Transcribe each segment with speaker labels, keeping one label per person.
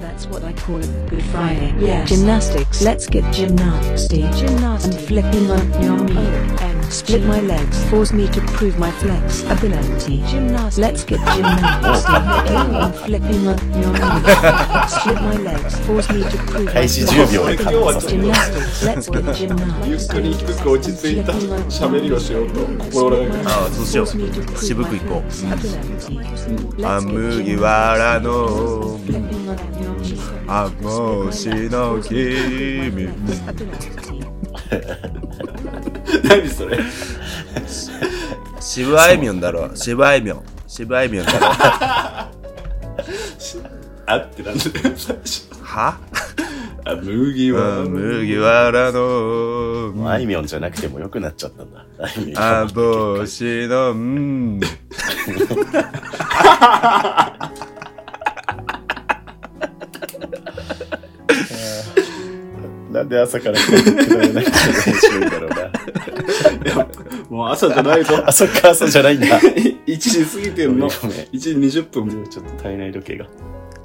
Speaker 1: That's what I call a good Friday. Yes. Gymnastics. Let's get gymnasty. Gymnasty. And flipping on your knee. And split my legs. Force me to prove my flex ability. Gymnasty. Let's get gymnasty. and flipping on your knee. Split my legs. Force me to prove my
Speaker 2: 開始10秒で
Speaker 1: flex
Speaker 2: 完
Speaker 3: 今日は
Speaker 1: ability. Gymnastics. Let's get gymnasty.
Speaker 3: ゆっくり低く落ち着いた喋りをしようと心がけてます
Speaker 2: ああそうしよう渋くいこうあ麦わらのあもしの君
Speaker 3: 何それ
Speaker 2: 渋あいみょんだろ渋あいみょん渋あいみょんだろ
Speaker 3: あってなんだよ最初
Speaker 2: は
Speaker 3: あ麦
Speaker 2: あ
Speaker 3: は
Speaker 2: 麦わらの
Speaker 4: あいみょんじゃなくても良くなっちゃったんだ。あいみょん。
Speaker 2: あ帽子のうん
Speaker 4: なんで朝からこんなくだらないことが面白いんだろ うな。
Speaker 3: もう朝じゃないぞ
Speaker 4: あ、そっか、朝じゃないんだ。
Speaker 3: 1時過ぎてんの
Speaker 4: ごめんごめん
Speaker 3: 1時20分も
Speaker 4: ちょっと体内時計が。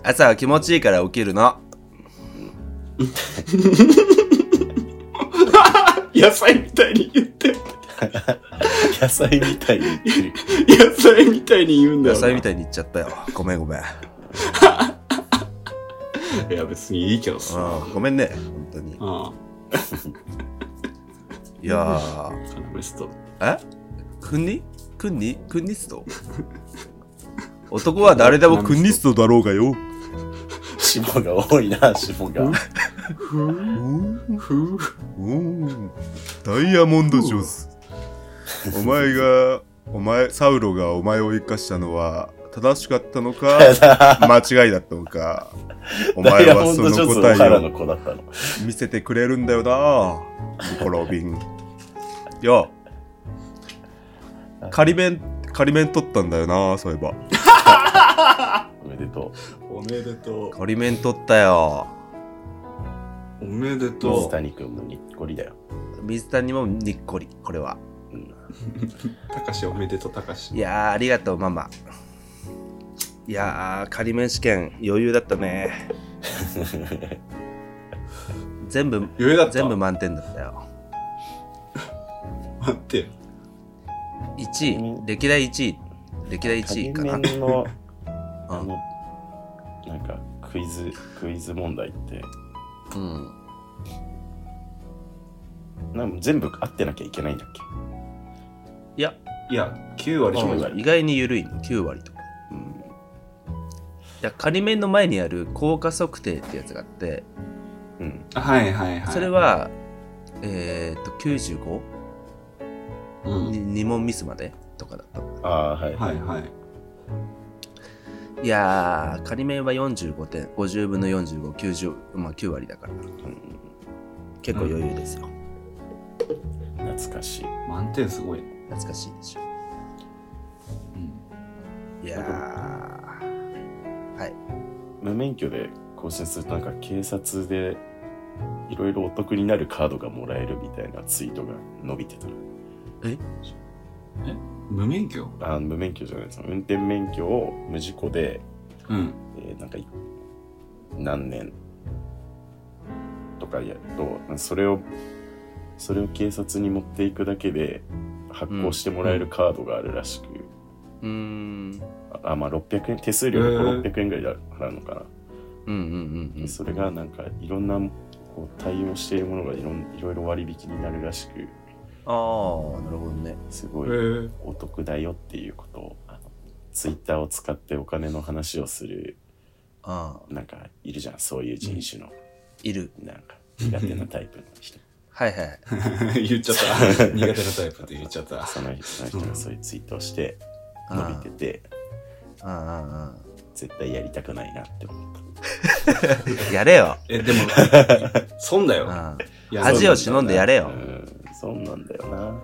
Speaker 2: 朝は気持ちいいから起きるの
Speaker 3: 野菜みたいに言って
Speaker 4: 野菜みたいに言ってる。
Speaker 3: 野菜みたいに言うんだ
Speaker 2: 野
Speaker 3: よな
Speaker 2: 菜みたいに言っちゃったよごめんごめん
Speaker 3: いや別にいいけどさ
Speaker 2: うんごめんね本当に
Speaker 3: あ
Speaker 2: いやー
Speaker 3: あカナメスト
Speaker 2: え国国国スト男は誰でも国ストだろうがよ。
Speaker 4: 脂肪が多いな、脂肪が。
Speaker 3: ふう
Speaker 2: ダイヤモンドジョズ。お前が、お前、サウロがお前を生かしたのは正しかったのか、間違いだったのか。お
Speaker 4: ダ
Speaker 2: 前
Speaker 4: イヤ
Speaker 2: は
Speaker 4: モン
Speaker 2: そ
Speaker 4: ド
Speaker 2: の
Speaker 4: ジョズ
Speaker 2: 答
Speaker 4: の原
Speaker 2: え
Speaker 4: の
Speaker 2: を
Speaker 4: 子だったの。
Speaker 2: 見せてくれるんだよな、ニコロビン。よ、仮面、仮面取ったんだよな、そういえば。
Speaker 4: おめでとう。
Speaker 3: おめでと
Speaker 2: 仮面取ったよ。
Speaker 3: うおめで
Speaker 4: 水
Speaker 3: とう
Speaker 4: 谷くんもにっこりだよ。
Speaker 2: 水谷もにっこり、これは。
Speaker 3: たかしおめでとうたかし
Speaker 2: いやー、ありがとう、ママ。いやー、仮面試験、余裕だった ね。全部、
Speaker 3: 余裕だった
Speaker 2: 全部満点だったよ。
Speaker 3: 待ってよ
Speaker 2: 1位、歴代1位、歴代1位かな。
Speaker 4: 対面の、
Speaker 2: う
Speaker 4: あの、なんか、クイズ、クイズ問題って、
Speaker 2: うん。
Speaker 4: なんか全部合ってなきゃいけないんだっけ
Speaker 2: いや、
Speaker 3: いや9割
Speaker 4: あ
Speaker 3: 勝負
Speaker 4: 割
Speaker 2: 意外に緩いの、9割とか。いや仮面の前にある効果測定ってやつがあって、
Speaker 4: うん。
Speaker 3: はいはいはい
Speaker 2: それは、えー、っと、95?
Speaker 3: うん
Speaker 2: に2問ミスまでとかだったの
Speaker 4: ああ、はい。
Speaker 3: はいはい
Speaker 2: いやー仮面は45点50分の4590まあ9割だから、うん結構余裕ですよ、
Speaker 4: 懐かしい。
Speaker 3: 満点すごい
Speaker 2: 懐かしいでしょ
Speaker 3: うん
Speaker 2: いやーはい
Speaker 4: 無免許で更新するとなんか警察でいろいろお得になるカードがもらえるみたいなツイートが伸びてたの
Speaker 3: 無免許
Speaker 4: あ無免許じゃないです運転免許を無事故で、
Speaker 3: うん
Speaker 4: えーなんかい何年とかやるとそれをそれを警察に持っていくだけで発行してもらえるカードがあるらしく、
Speaker 2: うーん
Speaker 4: あまあ600円手数料
Speaker 3: へー
Speaker 4: が600円ぐらい払うのかな、
Speaker 2: うんうんうんうん
Speaker 4: それがなんかいろんなこう対応しているものがいろんいろいろ割引になるらしく
Speaker 2: ああなるほどね
Speaker 4: すごい
Speaker 3: え
Speaker 4: お得だよっていうことをあのツイッターを使ってお金の話をする
Speaker 2: ああ
Speaker 4: なんかいるじゃんそういう人種の
Speaker 2: いる
Speaker 4: なんか苦手なタイプの人
Speaker 2: はいはいはい
Speaker 3: ー、 言っちゃ った苦手なタイプって言っちゃった
Speaker 4: その人その人がそういうツイートをして 伸びてて
Speaker 2: あああ
Speaker 4: 絶対やりたくないなって思った
Speaker 2: あやれよ
Speaker 3: えでも 損だよ
Speaker 2: ああ
Speaker 3: いや
Speaker 2: 恥を忍んでやれよ
Speaker 4: うんそうなんだよな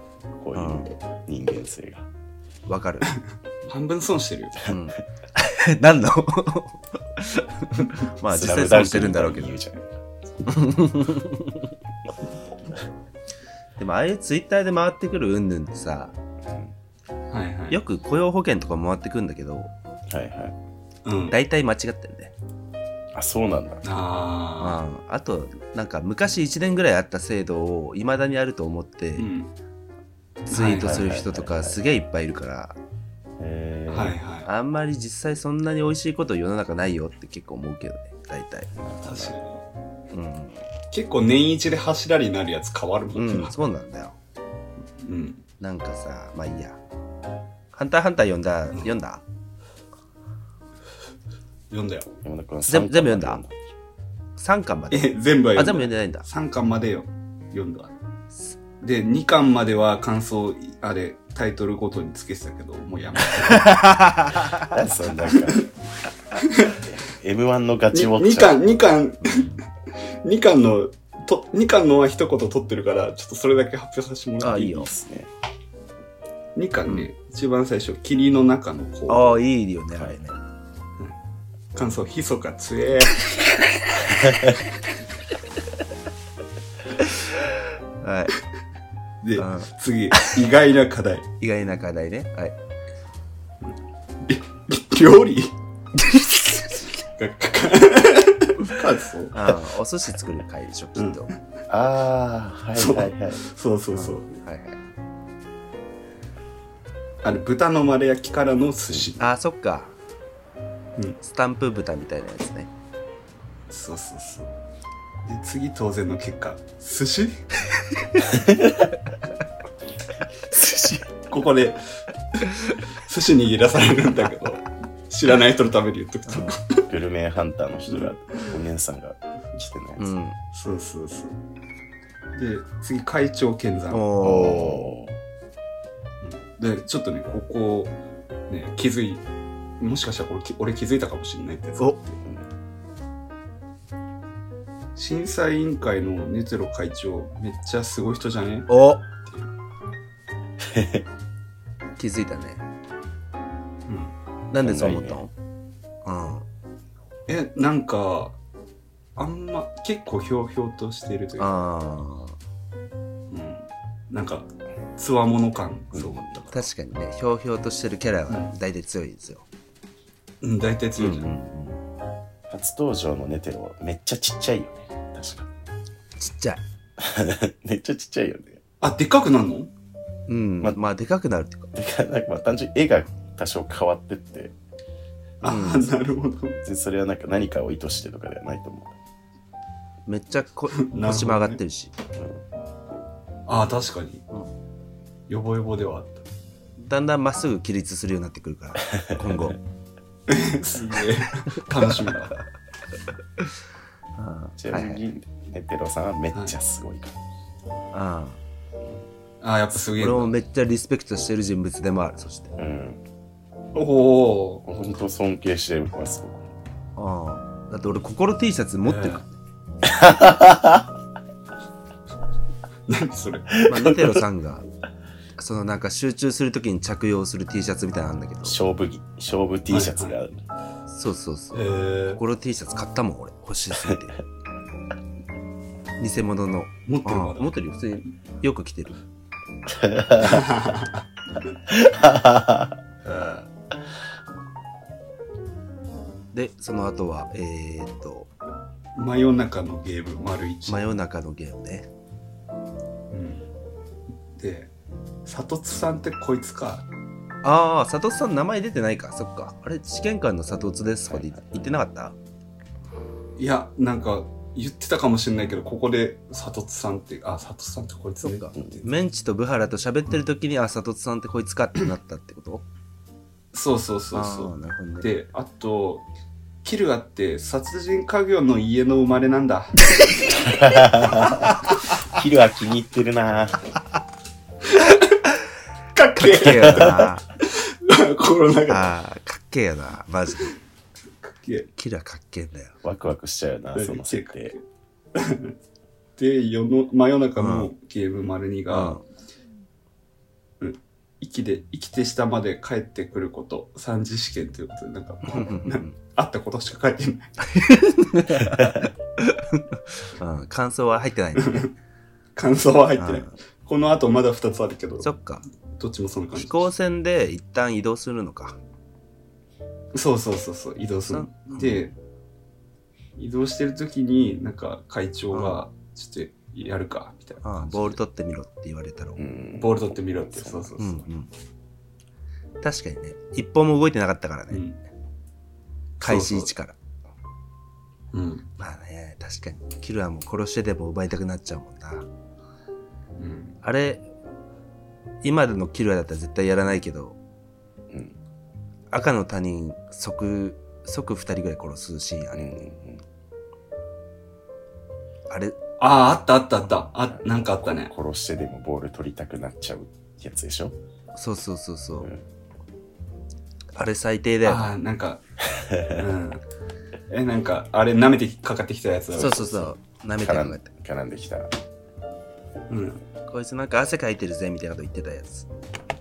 Speaker 4: こういう人間性が
Speaker 2: わかる、
Speaker 3: 半分損してるよ
Speaker 2: うん、 何の まあ
Speaker 4: ス
Speaker 2: 実
Speaker 4: ラ
Speaker 2: 際
Speaker 4: ムダン
Speaker 2: 損
Speaker 4: ク
Speaker 2: してるんだろうけど
Speaker 4: みたいに言うじゃん
Speaker 2: でもああいうツイッターで回ってくるうんぬんってさ
Speaker 3: はいはい
Speaker 2: よく雇用保険とか回ってくるんだけど
Speaker 4: はいはい
Speaker 3: うん
Speaker 2: 大体間違ってるね
Speaker 4: あ、そうなんだ。
Speaker 3: あ
Speaker 2: ああとなんか昔1年ぐらいあった制度をいまだにあると思って
Speaker 3: あうん
Speaker 2: ツイートする人と
Speaker 4: はい
Speaker 2: か
Speaker 4: はいはいはい
Speaker 2: すげえいっぱいいるから
Speaker 4: えー、
Speaker 3: はいは
Speaker 2: あんまり実際そんなに美味しいこと世の中ないよって結構思うけどね大体
Speaker 3: い確かに
Speaker 2: うん、
Speaker 3: 結構年一で柱になるやつ変わるもん
Speaker 2: う、
Speaker 3: なん
Speaker 2: そうなんだよ
Speaker 3: うん
Speaker 2: なんかさまあいいや「ハンターハンター」読んだ
Speaker 3: ん
Speaker 2: 読んだ
Speaker 3: 読んだよ
Speaker 4: 山田君は
Speaker 2: 全部全部読んだ
Speaker 4: 三巻まで
Speaker 2: 3巻まで
Speaker 3: え全部は
Speaker 2: あ全部読ん
Speaker 3: 読んだ
Speaker 2: でないんだ
Speaker 3: 3巻までよ読んだで2巻までは感想あれタイトルごとにつけてたけどもうやめ
Speaker 4: あ そうなんか M1 のガチウォッ
Speaker 3: 2
Speaker 4: チャー
Speaker 3: 巻2巻2巻のと2巻のは一言取ってるからちょっとそれだけ発表させてもらっ
Speaker 2: あ
Speaker 3: てい
Speaker 2: いい
Speaker 3: い
Speaker 2: よ
Speaker 4: ですね。
Speaker 3: 2巻ね、一番最初「霧の中の子」
Speaker 2: ああいいよねあれね
Speaker 3: 感想「ひそかつえ
Speaker 2: はい」
Speaker 3: で
Speaker 2: うん
Speaker 3: 次「意外な課題
Speaker 2: 意外な課題ねはい」
Speaker 3: 「料 理」がかか感想
Speaker 2: あーお寿司作る会でしょきっと、
Speaker 4: ああ、はいはいはい。
Speaker 3: そうそうそう
Speaker 2: はいはい
Speaker 3: あれ豚の丸焼きからの寿司
Speaker 2: あーそっか、
Speaker 3: うん
Speaker 2: スタンプ豚みたいなやつね
Speaker 3: そうそうそうで次当然の結果寿司寿司ここで寿司握らされるんだけど知らない人のために言っとくと
Speaker 4: グルメハンターの人が、お姉さんが来てないやつ。
Speaker 2: うん
Speaker 3: そうそうそうで次会長剣
Speaker 2: お
Speaker 3: 山
Speaker 2: お
Speaker 4: おー
Speaker 3: でちょっとねここね気づいもしかしたらこれき俺気づいたかもしれないってやつ
Speaker 2: お
Speaker 3: 審査委員会のネテロ会長めっちゃすごい人じゃね
Speaker 2: お 気づいたね
Speaker 3: うん
Speaker 2: なんでそう思ったの、
Speaker 3: えなんかあんま結構ひょうひょうとしているという
Speaker 2: うん
Speaker 3: か、
Speaker 2: あ
Speaker 3: うん、なんかつわもの感そう思った
Speaker 2: あ確かにねひょうひょうとしてるキャラは大体強いですよ、
Speaker 3: うん大体
Speaker 2: うん
Speaker 3: 強いじゃん、
Speaker 4: 初登場のネテロ、めっちゃちっちゃいよね。確か。
Speaker 2: ちっちゃい
Speaker 4: めっちゃちっちゃいよね。
Speaker 3: あでっかくなんの
Speaker 2: うんま
Speaker 4: ま
Speaker 2: まあでかくなるっていうか
Speaker 4: てか、なんかまあ単純に絵が多少変わってって、
Speaker 3: あー、なるほど
Speaker 4: 別にそれはなんか何かを意図してとかではないと思
Speaker 2: めっちゃ こ、
Speaker 3: どね
Speaker 2: 腰も上がってるし
Speaker 3: あー確かに、
Speaker 2: う
Speaker 3: よぼよぼではあっ
Speaker 2: だんだんまっすぐ起立するようになってくるから 今後
Speaker 3: た すげえ楽しみだ
Speaker 2: あ
Speaker 4: う。
Speaker 2: あ
Speaker 4: ち
Speaker 2: は
Speaker 4: ないみ
Speaker 2: はい
Speaker 4: に、ネテロさんはめっちゃすごいから。
Speaker 2: ああ
Speaker 3: あーやっぱすげえ
Speaker 2: 俺
Speaker 3: な
Speaker 2: もめっちゃリスペクトしてる人物でもあるそして
Speaker 4: うん。
Speaker 3: おお
Speaker 4: 本当尊敬してます、僕も
Speaker 2: ああだって俺心 T シャツ持ってるから、
Speaker 3: 何それ
Speaker 2: まあ、ネテロさんがそのなんか集中するときに着用する T シャツみたいなのあるんだけど
Speaker 4: 勝負着、勝負 T シャツがある。
Speaker 2: そうそうそう
Speaker 3: えー、
Speaker 2: 心 T シャツ買ったもん俺欲しすぎて 偽物の
Speaker 3: 持ってる
Speaker 2: あ
Speaker 3: ま
Speaker 2: あ
Speaker 3: だ
Speaker 2: 持ってるよ普通によく着てるでその後はえー、っと
Speaker 3: 真夜中のゲーム丸一
Speaker 2: 真夜中のゲームね
Speaker 3: うんで里津さんってこいつか
Speaker 2: ああ佐藤さん名前出てないかそっかあれ試験官の佐藤津ですとかで言ってなかった
Speaker 3: いやなんか言ってたかもしれないけどここで里津さんってあ里津さんってこいつね
Speaker 2: そっか
Speaker 3: って
Speaker 2: メンチとブハラと喋ってる時にあ佐藤津さんってこいつかってなったってこと
Speaker 3: そうそうそうそ
Speaker 2: あーなるほどね
Speaker 3: うであとキルアって殺人家業の家の生まれなんだ
Speaker 4: キルは気に入ってるなぁ。
Speaker 3: かっけ
Speaker 2: かっけえよな
Speaker 3: え心の中でか
Speaker 2: あーかっけえよなマジで
Speaker 3: っけえ
Speaker 2: キラかっけえんだよ
Speaker 4: ワクワクしちゃうよな、その設定。
Speaker 3: で夜の真夜中のゲーム丸2が、生きで生きて下まで帰ってくること3次試験ということでなんか
Speaker 2: う
Speaker 3: なん
Speaker 2: ん
Speaker 3: あったことしか書いてない
Speaker 2: うん感想は入ってない んだね
Speaker 3: 感想は入ってない。
Speaker 2: う
Speaker 3: この後まだ2つあるけど、
Speaker 2: んそっか
Speaker 3: どっちもその感じ
Speaker 2: 飛。行船で一旦移動するのか
Speaker 3: そうそうそうそう、移動する
Speaker 2: そ。
Speaker 3: で、移動してる時に、なんか会長が、ちょっとやるか、みたいな
Speaker 2: ああ
Speaker 3: 感じで。
Speaker 2: ボール取ってみろって言われたろ。う
Speaker 4: うんん
Speaker 3: ボール取ってみろって。そうそう
Speaker 2: う
Speaker 3: そう。
Speaker 2: ん。確かにね、一本も動いてなかったから
Speaker 3: う
Speaker 2: ね、
Speaker 3: ん。
Speaker 2: 開始位置から。
Speaker 3: うん。
Speaker 2: まあね、確かに、キルアも殺してでも奪いたくなっちゃうもんな。
Speaker 3: うん。
Speaker 2: あれ、今のキルアだったら絶対やらないけど、
Speaker 4: うん
Speaker 2: 赤の他人、即、即2人ぐらい殺すシーンあ
Speaker 4: う
Speaker 2: れ、
Speaker 4: ん
Speaker 2: あれ、
Speaker 3: ああ、あったあったあった。あ、なんかあったね。
Speaker 4: 殺してでもボール取りたくなっちゃうやつでしょ
Speaker 2: そうそうそうそう。
Speaker 4: うん
Speaker 2: あれ最低だよね。
Speaker 3: ああ、なんか、うん。え、なんか、あれ、舐めてかかってきたやつだ
Speaker 2: そうそうそう。舐めて
Speaker 4: 絡
Speaker 2: る
Speaker 4: ん
Speaker 2: の
Speaker 4: 絡んできたら
Speaker 3: う。うん。
Speaker 2: こいつなんか汗かいてるぜみたいなこと言ってたやつ。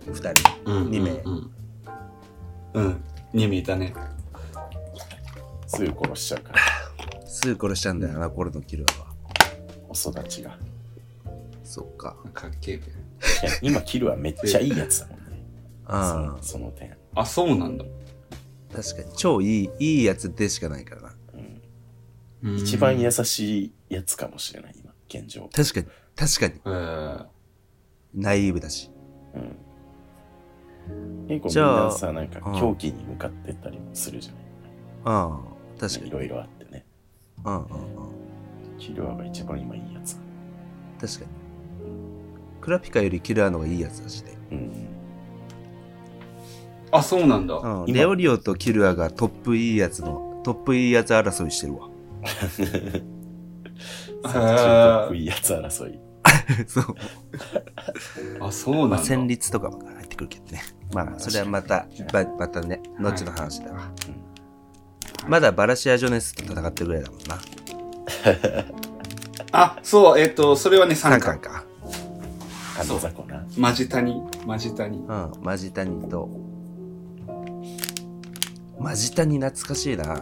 Speaker 2: 二人。
Speaker 3: うん。
Speaker 2: 二名
Speaker 3: うん。うん。2名いたね。
Speaker 4: すぐ殺しちゃうから
Speaker 2: すぐ殺しちゃうんだよな、これのキルアは。
Speaker 4: お育ちが
Speaker 2: そっか。
Speaker 3: かっけえべ。
Speaker 4: いや今キルはめっちゃいいやつだもんねそ
Speaker 2: あ
Speaker 4: のその点
Speaker 3: あ、そうなんだ。
Speaker 2: あ、確かに。超いい、いいやつでしかないからな。
Speaker 3: うん
Speaker 4: 一番優しいやつかもしれない今現状
Speaker 2: 確かに、確かに。
Speaker 3: えー
Speaker 2: ナイーブだし。
Speaker 4: うん結構
Speaker 2: じゃあ
Speaker 4: みんなさなんか
Speaker 2: うん
Speaker 4: 狂気に向かってったりもするじゃない
Speaker 2: ああ、確か
Speaker 4: い
Speaker 2: に。
Speaker 4: ろいろあってね
Speaker 2: うんうんうん。
Speaker 4: キルアが一番今いいやつ
Speaker 2: 確かに。クラピカよりキルアの方がいいやつだしね。
Speaker 4: うん
Speaker 3: あ、そうなんだ。
Speaker 2: うん。
Speaker 4: 今
Speaker 2: レオリオとキルアがトップいいやつの、トップいいやつ争いしてるわ。
Speaker 4: そっちのトップいいやつ争い
Speaker 2: そう。
Speaker 3: あ、そう
Speaker 2: ま
Speaker 3: な
Speaker 2: あ、
Speaker 3: んだ。
Speaker 2: 戦慄とかも入ってくるけどね。 まあ、それはまた、ばまたね、後の話だわ。まだバラシア・ジョネスと戦ってるぐらいだもんな。
Speaker 3: あ、そう、えっ、と、それはね、
Speaker 2: 3巻
Speaker 3: 3巻。
Speaker 2: か。
Speaker 4: 神雑魚な
Speaker 3: マジタニ、マジタニ。
Speaker 2: うん、マジタニと。マジタニ懐かしいな。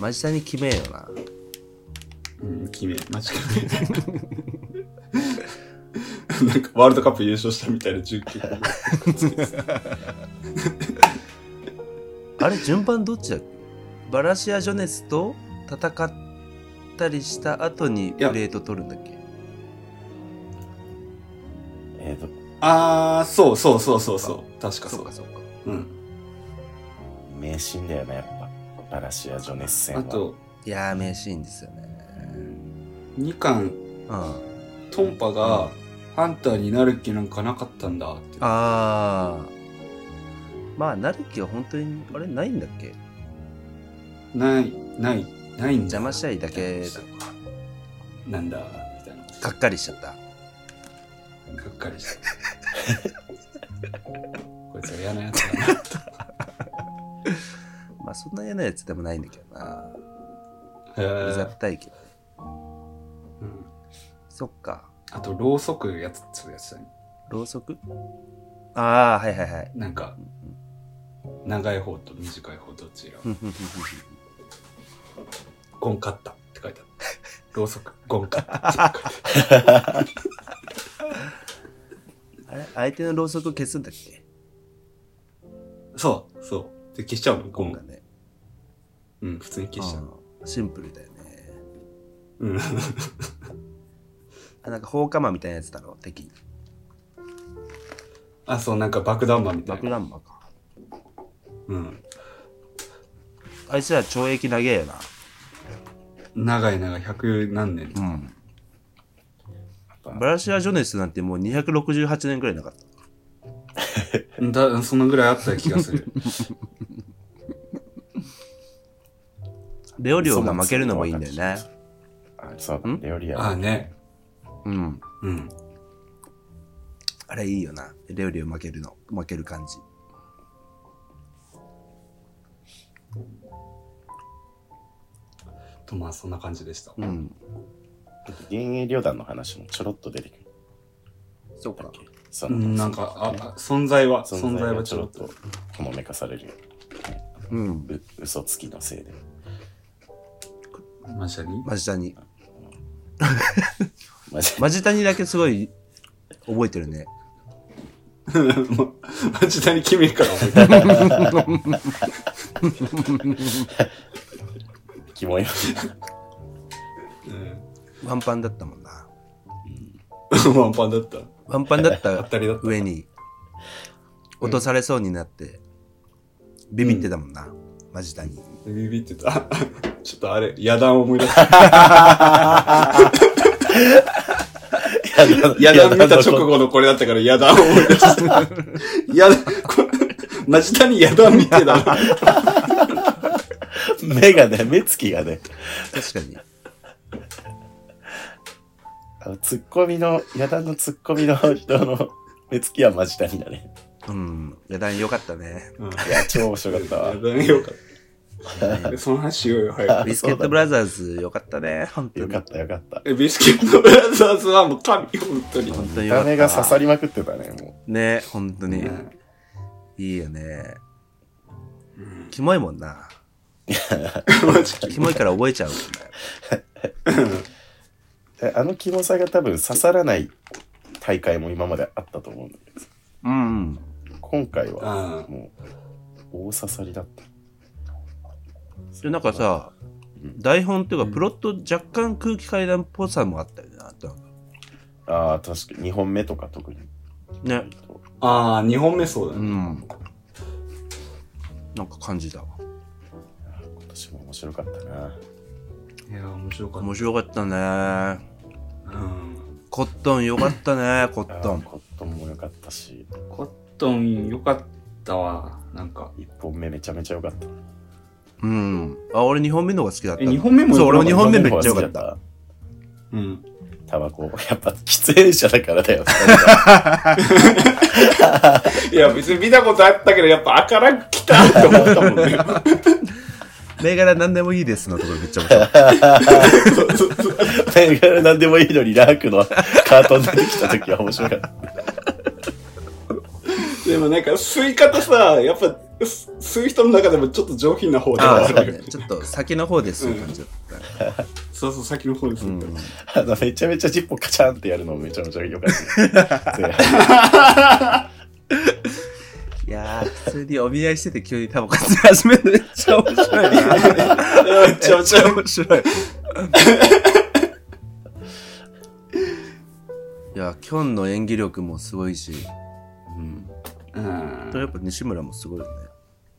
Speaker 2: マジタニ決めえよな。
Speaker 3: うん、決め、マジタ ニ。なんか、ワールドカップ優勝したみたいな19個。
Speaker 2: あれ、順番どっちだっけバラシア・ジョネスと戦ったりした後にプ
Speaker 3: いや
Speaker 2: レート取るんだっけ
Speaker 4: えーと
Speaker 3: あー、そうそうそうそうそう。確かそう。
Speaker 2: そうか。
Speaker 3: うん。
Speaker 4: 迷信だよねやっぱバラシア・ジョネス戦は
Speaker 3: あと、
Speaker 2: いやー、名シーンですよね。
Speaker 3: 2巻、
Speaker 2: うん。
Speaker 3: トンパが、ハンターになる気なんかなかったんだって。
Speaker 2: ああまあなる気は本当にあれないんだっけ
Speaker 3: ない、ない、ないんだ
Speaker 2: 邪。魔したいだけ
Speaker 3: なんだ、みたいな。
Speaker 2: がっかりしちゃった
Speaker 3: がっかりした。 こいつは嫌なやつだな。
Speaker 2: まあそんな嫌なやつでもないんだけどな
Speaker 3: へ
Speaker 2: うざ
Speaker 3: ー
Speaker 2: ったいけど
Speaker 3: うん
Speaker 2: そっか
Speaker 3: あと、ろうそくやつ、そうやつだね。
Speaker 2: ろうそくああはいはいはい
Speaker 3: なんか、長い方と短い方どちら
Speaker 2: ふんふんふん
Speaker 3: ゴンカッタって書いてある。ろうそく、ゴンカッタって書いてあ
Speaker 2: ふ んあれ相手のろうそく消すんだっけ
Speaker 3: る。そう、そう。で、消しちゃうの、ゴ
Speaker 2: 今回
Speaker 3: ン。
Speaker 2: ね
Speaker 3: うん、普通に消しちゃう。
Speaker 2: うんシンプルだよね
Speaker 3: うん。
Speaker 2: あなんか放火魔みたいなやつだろ敵
Speaker 3: あ、そう、なんか爆弾魔みたい
Speaker 2: 爆
Speaker 3: な。
Speaker 2: 弾魔か
Speaker 3: うん。
Speaker 2: あいつら懲役長えよな
Speaker 3: 長い長い、百何年。
Speaker 2: うんバラシア・ジョネスなんてもう268年くらいなかった
Speaker 3: だ、そのぐらいあった気がする。
Speaker 2: レオリオが負けるのもいいんだよね。
Speaker 4: あそうだレオリア
Speaker 3: ああ
Speaker 4: は
Speaker 3: ね。
Speaker 2: うん。
Speaker 3: うん。
Speaker 2: あれいいよな。レオリオ負けるの。負ける感じ。
Speaker 3: と、まあ、そんな感じでした。
Speaker 2: うん。
Speaker 4: 幻影旅団の話もちょろっと出てくる
Speaker 2: そうか。
Speaker 4: そ
Speaker 3: うん、なんか、あ、あ存在は、存在はちょろっと。
Speaker 4: ほのめかされるよ
Speaker 2: うん。
Speaker 4: う嘘つきのせいで
Speaker 3: マジに
Speaker 2: マジタニ。
Speaker 4: マ ジ
Speaker 2: マジタニだけすごい覚えてるね。
Speaker 3: もう町田に君から思い 出した
Speaker 4: キモいわ。
Speaker 2: ワンパンだったもんな。
Speaker 3: うんワンパンだった。
Speaker 2: ワンパンだっ
Speaker 3: 当
Speaker 2: た
Speaker 3: たりだった
Speaker 2: 上に、落とされそうになって、ビビってたもんな。マジタに。
Speaker 3: ビビってた。 ちょっとあれ、野談を思い出した。 野談見た直後のこれだったから野談を思い出した。 野談、こ町田に野談見てた。
Speaker 4: 目がね、目つきがね、
Speaker 2: 確かに。
Speaker 4: あのツッコミの、矢田のツッコミの人の目つきはマジ谷だね。
Speaker 2: うん。値段良かったね。
Speaker 4: いや、超面白かっ たわ
Speaker 3: 野。談よかった。その話しようよ、早く
Speaker 2: ビ。スケットブラザーズ良かったね。本当
Speaker 4: よ
Speaker 2: に。
Speaker 4: かったよかった。
Speaker 3: えビスケットブラザーズはもう神、本当に。
Speaker 2: 本当に
Speaker 4: 見
Speaker 2: 良か
Speaker 4: た
Speaker 2: った。
Speaker 4: 目が刺さりまくってたね、も
Speaker 2: ね、本当に。いいよね。キモいもんな。
Speaker 3: マジで
Speaker 2: キモいから覚えちゃうもん
Speaker 4: う。えあのキモさが多分刺さらない大会も今まであったと思うんだけど、
Speaker 2: な。うん。
Speaker 4: 今回は
Speaker 3: あ
Speaker 4: もう大刺さりだった。
Speaker 2: で、なんかさ、台本っていうか、プロット若干空気階段っぽさもあったよね。なんと
Speaker 4: ああ、確かに2本目とか特に。
Speaker 2: なくね。
Speaker 3: あー、2本目そうだ
Speaker 2: う
Speaker 3: ね。
Speaker 2: ん。なんか感じたわ。
Speaker 4: 今年も面白かったな。
Speaker 3: いや、面白か
Speaker 2: 面白かったね。
Speaker 3: た。うん
Speaker 2: コットンよかったね、コッ
Speaker 4: あ
Speaker 2: ト
Speaker 4: ー
Speaker 2: ン。
Speaker 4: コットンも良かったし、
Speaker 3: コットンよかったわ。なんか。
Speaker 4: 1本目めちゃめちゃ良かった。
Speaker 2: うん。あ、俺2本目の方が好きだった。
Speaker 3: え、2本目も
Speaker 2: そう、俺も2
Speaker 3: よか
Speaker 2: 本
Speaker 3: っ
Speaker 2: 目めっちゃ良かった。
Speaker 4: た。
Speaker 3: たうん。
Speaker 4: タバコ。やっぱ喫煙者だからだよ。
Speaker 3: いや、別に見たことあったけど、やっぱ赤らん来たって思ったもんね。
Speaker 2: 銘柄何でもいいですのところめっちゃ面白い。
Speaker 4: 銘柄何でもいいのにラークのカートン出てきた時は面白かった。
Speaker 3: でもなんか、吸い方さ、やっぱ、す吸う人の中でもちょっと上品な方
Speaker 2: ああ、
Speaker 3: だ
Speaker 2: そう
Speaker 3: か
Speaker 2: だ
Speaker 3: ら
Speaker 2: ね。ちょっと先の方ですいう感じだったね。
Speaker 3: そうそう、先の方です。
Speaker 2: うん
Speaker 4: あの、めちゃめちゃジッポカチャンってやるのめちゃめちゃ良かっ た。前半
Speaker 2: いやー、それでお見合いしてて急にタバコ吸い始めるのめっちゃ面白いね。
Speaker 3: めちゃめちゃ。
Speaker 2: 面白 い。いや、キョンの演技力もすごいし、うん。
Speaker 3: うん
Speaker 2: やっぱ西村もすごいよ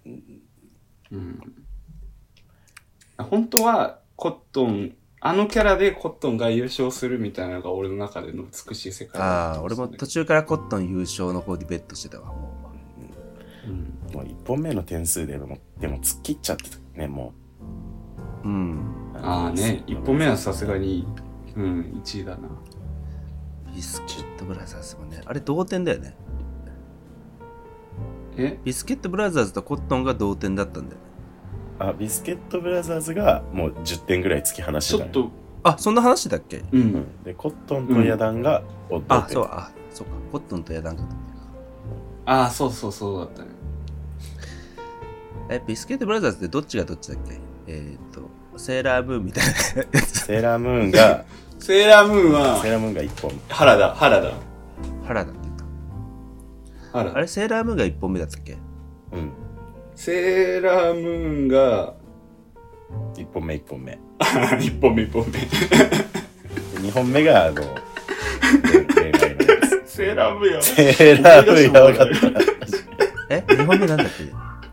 Speaker 2: ね。
Speaker 3: 本当は、コットン、あのキャラでコットンが優勝するみたいなのが俺の中での美しい世界
Speaker 2: ああ、俺も
Speaker 3: と
Speaker 2: 途中からコットン優勝の方にベットしてたわ、も
Speaker 4: もう1本目の点数でも、でも突っ切っちゃってたね、も
Speaker 2: う。うん。
Speaker 4: う。
Speaker 3: ああね、一本目はさすがに、うん、1位だな。
Speaker 2: ビスケットブラザーズもね、あれ同点だよね。
Speaker 3: え
Speaker 2: ビスケットブラザーズとコットンが同点だったんだよね。
Speaker 4: あ、ビスケットブラザーズがもう10点ぐらい突き放し
Speaker 3: ちょ
Speaker 4: てた、
Speaker 3: っ
Speaker 4: ね。
Speaker 3: と、
Speaker 2: あ、そんな話だっけ
Speaker 3: う。
Speaker 4: うんん。で、コットンとヤダンが、お
Speaker 2: あ、そう、。あ、そうか。コットンとヤダンかと思った。
Speaker 3: ああ、そうそうそうだったね。
Speaker 2: え、ビスケットブラザーズってどっちがどっちだっけえーっと、セーラームーンみたいなやつ。
Speaker 4: セーラームー ンが、
Speaker 3: セーラームーンは
Speaker 4: セー、ラームーンが1本。
Speaker 3: 原田、原田。
Speaker 2: 原田っていうか。
Speaker 3: 原
Speaker 2: あれ、セーラームーンが1本目だったっけ
Speaker 4: うん。
Speaker 3: セーラームーンが、
Speaker 4: 1本目1本目。
Speaker 3: 一本目一本目。
Speaker 4: 2本目が、あの、恋愛のやつ
Speaker 3: セーラームーンや。
Speaker 4: セーラームーンやばかった。
Speaker 2: え、2本目なんだっけ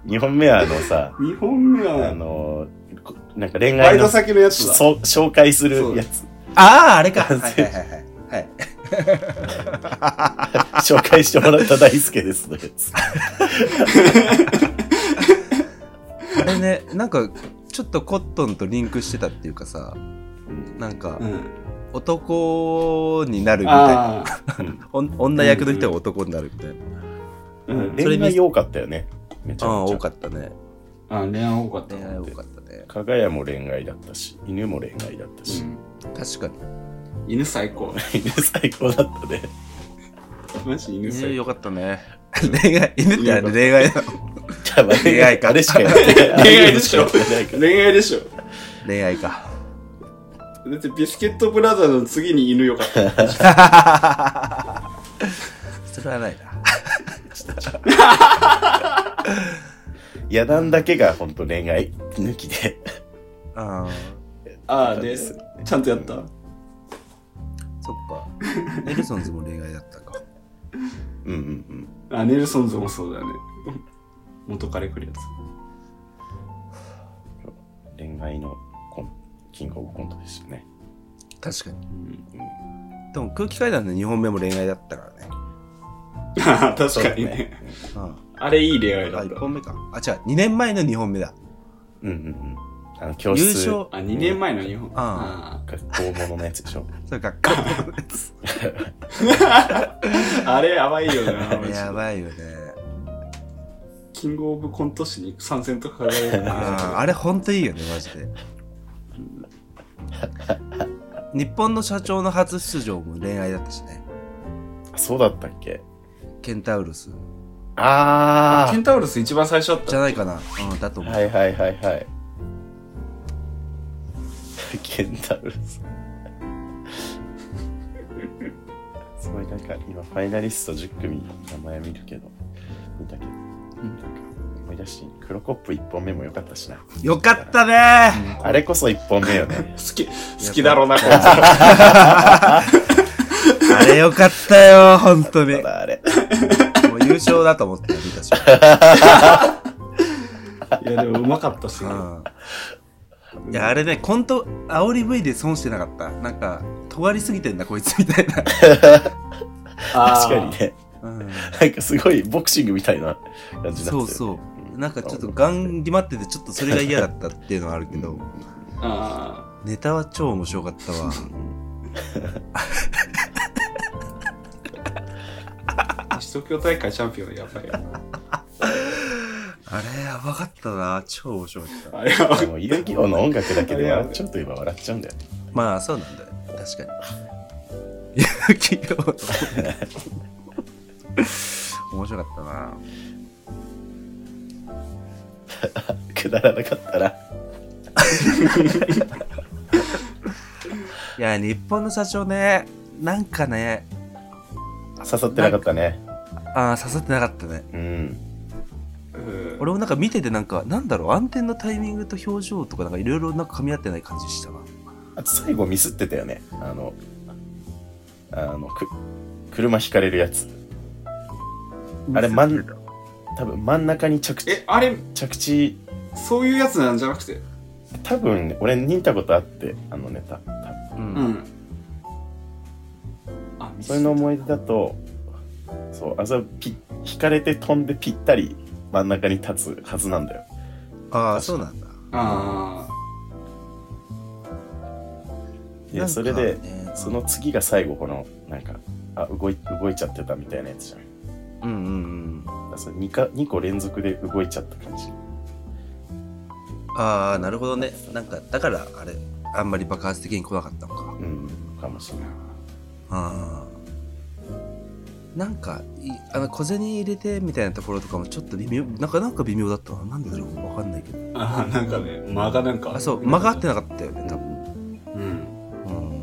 Speaker 4: 2本目はあのさ、
Speaker 3: 二本目
Speaker 4: あ
Speaker 3: は、
Speaker 4: の、こなんか恋
Speaker 3: バ
Speaker 4: 愛
Speaker 3: イ
Speaker 4: の
Speaker 3: ト先のやつだ。
Speaker 4: そ紹介するやつ、
Speaker 2: ああ、あれか。はいはいはいはい。はい、
Speaker 4: 紹介してもらった大輔ですのやつ。
Speaker 2: あれね、なんか、ちょっとコットンとリンクしてたっていうかさ、なんか
Speaker 3: う、ん。
Speaker 2: 男になるみたいな。
Speaker 3: ああ。
Speaker 2: おん女役の人が男になるみたいな。
Speaker 3: う
Speaker 2: そ
Speaker 3: ん。
Speaker 2: れに
Speaker 4: 恋愛多かったよね。めちゃ
Speaker 2: ああ、
Speaker 4: めち
Speaker 2: 多
Speaker 4: ゃ。
Speaker 2: かったね。
Speaker 3: あー、恋愛多かった
Speaker 2: 恋
Speaker 3: な。
Speaker 2: 愛多かったね。
Speaker 4: かがやも恋愛だったし、犬も恋愛だったし、
Speaker 2: 確かに。
Speaker 3: 犬最高。
Speaker 4: 犬 最高だったね。
Speaker 3: マジ犬
Speaker 2: 犬
Speaker 3: 最高。
Speaker 2: よかったね。恋愛、犬ってあれ恋愛なの
Speaker 4: じゃあまあ
Speaker 2: 恋愛か
Speaker 4: あれしかやってない。
Speaker 3: 恋愛でしょ
Speaker 4: 恋愛か
Speaker 3: 恋愛でしょ。
Speaker 2: 恋愛 か。
Speaker 3: だってビスケットブラザーズの次に犬よかった。
Speaker 2: それはないな。した。
Speaker 4: 野団だけが本当恋愛抜きで。
Speaker 2: ああ、
Speaker 3: ああ、で、すちゃんとやった。
Speaker 2: そっか。ネルソンズも恋愛だったか。
Speaker 4: うんうん
Speaker 3: あ、ネルソンズもそうだね。元彼来るやつ。
Speaker 4: うん。恋愛のコンキングオブコントでしたね。
Speaker 2: 確かに。
Speaker 3: うん、
Speaker 2: でも空気階段の2本目も恋愛だったからね。
Speaker 3: 確かにね
Speaker 2: あ
Speaker 3: あれいい恋愛
Speaker 2: あ、
Speaker 3: だっ
Speaker 2: 1
Speaker 3: た。
Speaker 2: 本目か。あ、違う、2年前の2本目だ。
Speaker 4: うんうんうん。あの教
Speaker 2: 優
Speaker 4: 室
Speaker 2: 勝、
Speaker 3: あ、2年前の日本。あ
Speaker 4: 学校もののやつでしょ。
Speaker 2: それ学校のやつ
Speaker 3: ああれやばいよな、マジで
Speaker 2: や ばいよね。
Speaker 3: キングオブコント師に参戦とか輝く
Speaker 2: あー
Speaker 3: な。
Speaker 2: あれほんといいよねマジで日本の社長の初出場も恋愛だったしね
Speaker 4: あそうだったっけ
Speaker 2: ケンタウロス
Speaker 4: あ
Speaker 3: ケンタウルス一番最初だっ
Speaker 2: じ
Speaker 3: た。
Speaker 2: ゃないかな、うん、だと
Speaker 4: あ
Speaker 2: 思う、
Speaker 4: はいはいはいはい。 ケンタウルス。 すごいなんか今ファイナリスト10組名前見るけど、見たけど、なんか思い出し、黒コップ1本目も良かったしな。
Speaker 2: よかったね
Speaker 4: あれこそ1本目よ ね。
Speaker 3: 好き、好きだろうな、こいつ。
Speaker 2: あれよかったよ本当に
Speaker 4: た
Speaker 2: も
Speaker 4: だあれ。
Speaker 2: う優勝だと思って見たし、
Speaker 3: いや、でもうまかったし
Speaker 2: う
Speaker 3: な。
Speaker 2: ん、いやあれねコント煽り V で損してなかったなんか尖りすぎてんだこいつみたいな、
Speaker 4: 確かにね。
Speaker 2: うん、
Speaker 4: なんかすごいボクシングみたいな感じだった
Speaker 2: そ
Speaker 4: よね
Speaker 2: うそうなんかちょっとガン決まっててちょっとそれが嫌だったっていうのはあるけど、
Speaker 3: あ
Speaker 2: ネタは超面白かったわ。
Speaker 3: あ。首都京大会チャンピオンやばいよな。
Speaker 2: あれ、やばかったな。超面白かっ
Speaker 3: あれは
Speaker 4: でも遊戯王の音楽だけで笑っちゃうと今笑っちゃうんだよね。
Speaker 2: た。まあ、そうなんだよ。確かに。勇気を。面白かったな。
Speaker 4: くだらなかったら。
Speaker 2: いや、日本の社長ね、なんかね、
Speaker 4: 刺さってなかったね。
Speaker 2: ああ、刺さってなかったね。
Speaker 4: うん。
Speaker 3: うん
Speaker 2: 俺もなんか見てて、なんか、なんだろう、暗転のタイミングと表情とか、なんかいろいろなんか噛み合ってない感じしたな。
Speaker 4: あと最後ミスってたよね。あの、あの、く、車引かれるやつ。あれ、真ん、多分真ん中に着地
Speaker 3: え、、あれ、
Speaker 4: 着地、
Speaker 3: そういうやつなんじゃなくて。
Speaker 4: 多分、ね、俺似たことあって、あのネタ。多分
Speaker 2: う。
Speaker 3: うんん。あ、ミス
Speaker 4: それの思い出だと、そう、あそこピ引かれて飛んでぴったり真ん中に立つはずなんだよ。
Speaker 2: ああ、そうなんだ。
Speaker 3: あ
Speaker 4: で、
Speaker 2: なんか
Speaker 4: それで、
Speaker 2: ね
Speaker 4: その次が最後このなんかあ動い動いちゃってたみたいなやつじゃん
Speaker 2: うんうんうん。
Speaker 4: だからそれ 2, か二個連続で動いちゃった感じ
Speaker 2: ああ、なるほどね。なんか、だから、あれ、あんまり爆発的に来なかったのか。
Speaker 4: うんかもしれない
Speaker 2: あーなんかいあの小銭入れてみたいなところとかもちょっと微妙なんかなんか微妙だったななんでだろう分かんないけど
Speaker 3: ーあー、なんかね、間がなんか。
Speaker 2: あそう間が合ってなかったよね多分
Speaker 3: うん。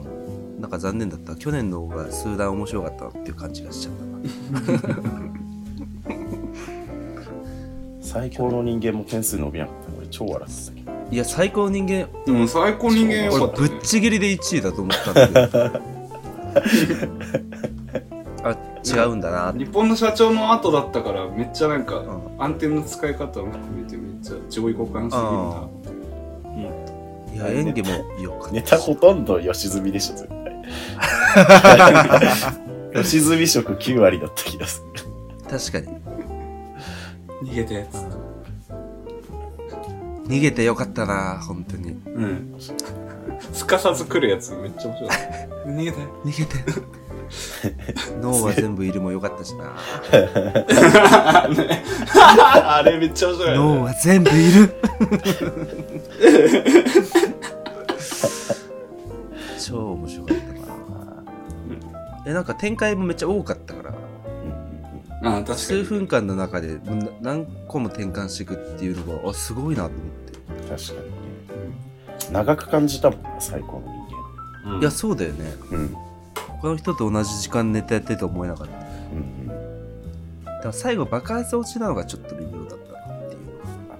Speaker 2: うんなんか残念だった去年の方が数段面白かったっていう感じがしちゃったな
Speaker 4: 最高の人間も点数伸びなかった俺超笑ってたけど
Speaker 2: いや最高人間
Speaker 3: でも最高人間よかった
Speaker 2: 俺
Speaker 3: ね
Speaker 2: ぶっ。ちぎりで1位だと思ったんだけど あ違うんだなって
Speaker 3: 日本の社長の後だったからめっちゃなんか、
Speaker 2: う
Speaker 3: 暗転の使い方も含めてめっちゃ上位互換
Speaker 2: あ
Speaker 3: すぎる
Speaker 2: いや演技もよかった
Speaker 4: ネタほとんど吉住でしょ絶対吉住色9割だった気がする
Speaker 2: 確かに
Speaker 3: な逃げたやつ
Speaker 2: 逃げてよかったな本当に
Speaker 3: うんすかさず来るやつめっちゃ面白かった逃げ たよ
Speaker 2: 逃げて脳は全部いるもよかったし な
Speaker 3: あれめっちゃ面白いよね
Speaker 2: 脳は全部い る超面白かったなえなんか展開もめっちゃ多かったから
Speaker 3: ああ確か
Speaker 2: 数
Speaker 3: に
Speaker 2: 分間の中でな何個も転換していくっていうのがあすごいなと思って、
Speaker 4: 確かにね長く感じたもんな最高の人
Speaker 3: うん
Speaker 2: いやそうだよね
Speaker 4: 間うん
Speaker 2: 他の人と同じ時間寝てやってると思えなかった
Speaker 4: うんうん
Speaker 2: でも最後爆発落ちたのがちょっと微妙だったなっていう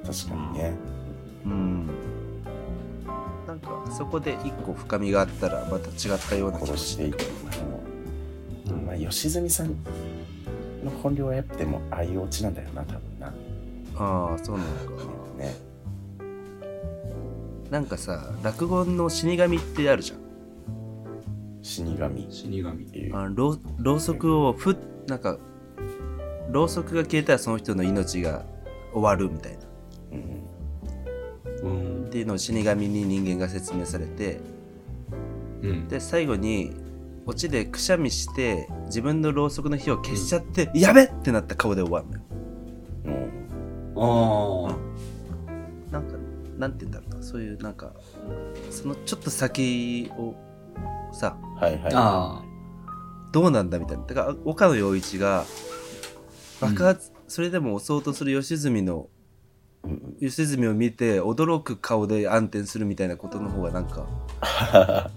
Speaker 4: あ確かにね。
Speaker 2: うんなんかそこで一個深みがあったらまた違ったような気
Speaker 4: 殺
Speaker 2: が
Speaker 4: していく。うん、まあ、良純さんの本領はやっても、ああいうオチなんだよな、多分な。
Speaker 2: ああそうなのか
Speaker 4: ね。
Speaker 2: なんかさ落語の死神ってあるじゃん
Speaker 4: 死神っ
Speaker 3: 死神
Speaker 4: ていう。
Speaker 2: あのろうろうそくをふっなんかろうそくが消えたらその人の命が終わるみたいな
Speaker 4: うん。
Speaker 3: うん
Speaker 2: っていうのを死神に人間が説明されて
Speaker 3: うん
Speaker 2: で最後にオチでくしゃみして自分のろうそくの火を消しちゃって、やべってなった顔で終わるのよ
Speaker 4: うん
Speaker 3: ああ
Speaker 2: なんかなんて言うんだろうなそういうなんかそのちょっと先をさ
Speaker 4: はいはい。
Speaker 3: あ
Speaker 2: どうなんだみたいなだから岡野陽一が爆発、それでも襲おうとする良純の
Speaker 4: うんうん
Speaker 2: 良純を見て驚く顔で暗転するみたいなことの方がなんか
Speaker 3: あ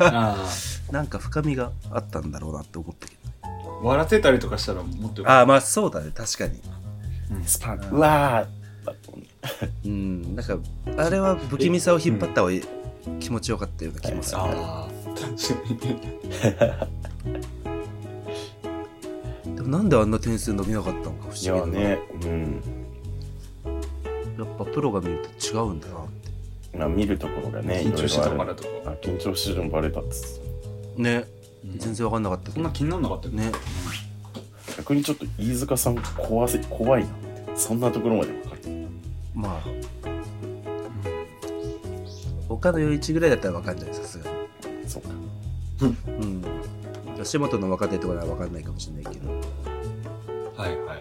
Speaker 3: あ
Speaker 2: なんか深みがあったんだろうなって思ったけど
Speaker 3: あ笑ってたりとかしたらもっとよかっ
Speaker 2: ああまあそうだね確かに
Speaker 4: スパン。うわーだと思
Speaker 2: う
Speaker 4: う
Speaker 2: ん、なんかあれは不気味さを引っ張った方がいい気持ちよかったような気もす
Speaker 3: た
Speaker 2: る、
Speaker 3: ああ確かに
Speaker 2: でもなんであんな点数伸びなかったのか不思
Speaker 4: い
Speaker 2: 議
Speaker 4: や
Speaker 2: だな、
Speaker 4: ね、うん。
Speaker 2: やっぱプロが見ると違うんだなって
Speaker 4: まあ見るところがね、
Speaker 3: 緊張してた
Speaker 4: いろ
Speaker 3: か
Speaker 4: いろ
Speaker 3: らとか
Speaker 4: ある。あ、緊張してるのバレたっつって
Speaker 2: ね、全然わかんなかった
Speaker 3: そ
Speaker 2: け
Speaker 3: ん
Speaker 2: ど
Speaker 3: な気にならなかったよ
Speaker 2: ね
Speaker 4: 逆にちょっと飯塚さん怖せ怖いなって。そんなところまで分かってる。
Speaker 2: まあ岡野陽一ぐらいだったらわかんないさすがに
Speaker 4: そうか。
Speaker 2: うん吉本の若手とかならわかんないかもしれないけど
Speaker 3: はいはい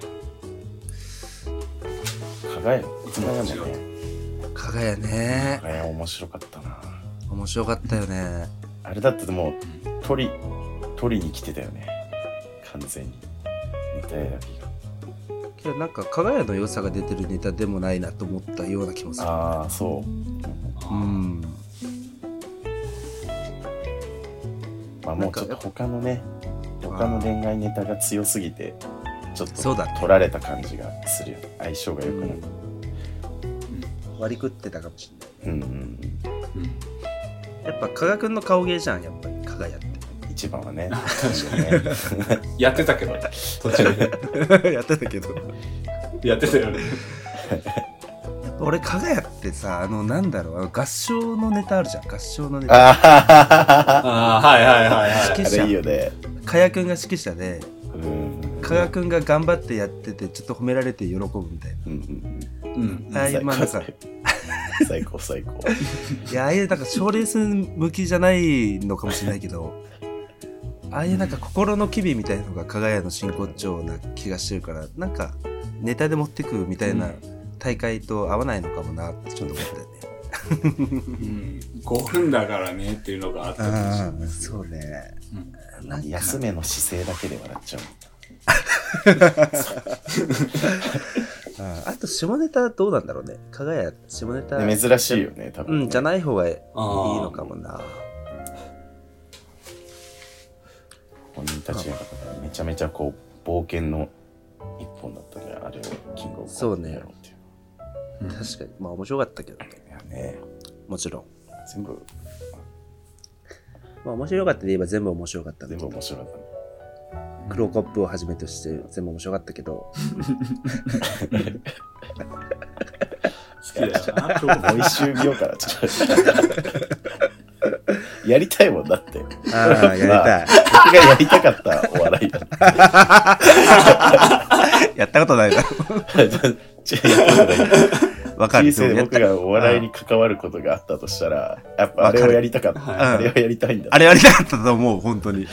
Speaker 4: 輝いつもなんだよね。
Speaker 2: 加賀谷ね
Speaker 4: 輝面白かったな。
Speaker 2: 面白かったよね
Speaker 4: あれだってもう取り取りに来てたよね完全にネタ選びが
Speaker 2: けどなんか加賀谷の良さが出てるネタでもないなと思ったような気もする
Speaker 4: ああそう
Speaker 2: うん
Speaker 4: まあもうちょっと他のね
Speaker 2: んか
Speaker 4: 他の恋愛ネタが強すぎてちょっ
Speaker 2: そ
Speaker 4: と
Speaker 2: うだね
Speaker 4: 取られた感じがするよね相性が良くなる
Speaker 2: 割り食ってたかもしれない
Speaker 4: うんうん
Speaker 2: やっぱ加賀君の顔芸じゃんやっぱり加賀やっ
Speaker 4: うん一番はね確かにね
Speaker 3: やってたけど途中で
Speaker 2: て やってたけど
Speaker 3: やってたよね
Speaker 2: 俺加賀やってさあのなんだろうあの合唱のネタあるじゃん合唱のネタ
Speaker 4: あ
Speaker 3: ああはいはいはいは
Speaker 2: 指
Speaker 4: ー
Speaker 2: 揮
Speaker 4: あれいい
Speaker 2: 者
Speaker 4: よね
Speaker 2: 加賀君が指揮者で
Speaker 4: うん
Speaker 2: 加賀君が頑張ってやっててちょっと褒められて喜ぶみたい
Speaker 4: うんうん
Speaker 3: いうん
Speaker 2: なああいうまあなんか
Speaker 4: 最最高最高
Speaker 2: いやああいうなんか賞レース向きじゃないのかもしれないけどああいうなんか心の機微みたいなのが加賀屋の真骨頂な気がしてるからなんかネタで持ってくみたいな大会と合わないのかもなってちょっと思ったよね
Speaker 3: うん5分だからねっていうのがあったかもしれない
Speaker 2: そうね。なんか
Speaker 4: 安めの姿勢だけで笑っちゃう
Speaker 2: ああと下ネタどうなんだろうね。加賀屋下ネタ。
Speaker 4: で珍しいよね多
Speaker 2: う
Speaker 4: 分
Speaker 2: ん、じゃない方がいい
Speaker 3: あー
Speaker 2: のかもな。
Speaker 4: 本人たちがめちゃめちゃこう冒険の一本だったねあれをキングオブコント
Speaker 2: そうね
Speaker 4: やろうっていう
Speaker 3: うん
Speaker 2: 確かに。まあ面白かったけどね。
Speaker 4: いやね
Speaker 2: もちろん。
Speaker 4: 全部
Speaker 2: まあ面白かったで言えば全部面白かったけ
Speaker 4: 全
Speaker 2: ど。
Speaker 4: 部面白かったね
Speaker 2: 黒コップをはじめとして全部面白かったけど。
Speaker 3: 好きだよな 今日
Speaker 4: もう一周見よう かなちょっとやりたいもんだって
Speaker 2: ああ、やりたい。
Speaker 4: 僕がやりたかったお笑いだ
Speaker 2: やったことないな。
Speaker 4: 違うやったことない
Speaker 2: わかる。
Speaker 4: 人生で
Speaker 2: やっ
Speaker 4: 僕
Speaker 2: た
Speaker 4: がお笑いに関わることがあったとしたらやっぱあれをやりたかったあ
Speaker 2: わかる
Speaker 4: れをやりたいんだ
Speaker 2: あれやりたかったと思う、本当に。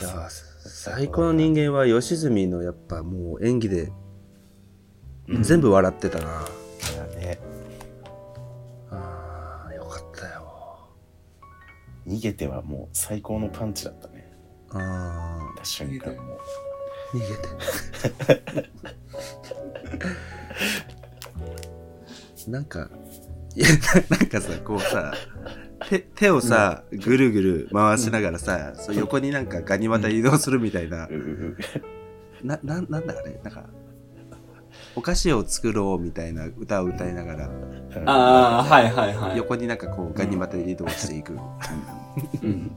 Speaker 2: いや最高の人間は吉住のやっぱもう演技で全部笑ってたな、
Speaker 4: だね
Speaker 2: ああよかったよ
Speaker 4: 逃げてはもう最高のパンチだったね
Speaker 2: あ
Speaker 4: 打った瞬間もう
Speaker 2: ー逃げて なんかいやななんかさこうさ手手をさ、ぐるぐる回しながらさ、そう横になんかガニ股移動するみたいな
Speaker 4: う、う
Speaker 2: な、ななんだあれなんか、お菓子を作ろうみたいな歌を歌いながら、
Speaker 4: う
Speaker 3: ああ、はいはいはい。
Speaker 2: 横になんかこうガニ股移動していく。
Speaker 3: うん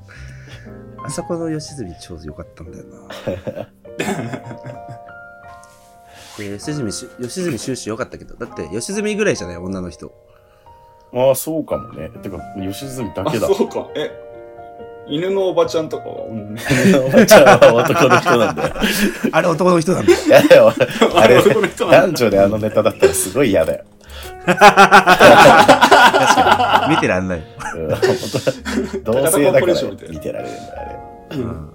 Speaker 2: あそこの吉住超良かったんだよな。で吉住し、吉住修士良かったけど、だって吉住ぐらいじゃない女の人。
Speaker 4: ああ、そうかもね。てか、吉住だ
Speaker 3: あ、
Speaker 4: けだ。
Speaker 3: そうか。え、犬のおばちゃんとかはも うね。
Speaker 4: おばちゃんは男の人 なんだよ。
Speaker 2: あれ男の人なんだ。
Speaker 4: いやでもあれ、
Speaker 3: 男の人なん
Speaker 4: 男女であのネタだったらすごい嫌 だよ。
Speaker 2: 見てらんない。
Speaker 4: うん本当同性だ
Speaker 3: 高田コーポ
Speaker 4: か
Speaker 3: レーションみたいな
Speaker 4: ら見てられるんだ、あれ。
Speaker 2: うん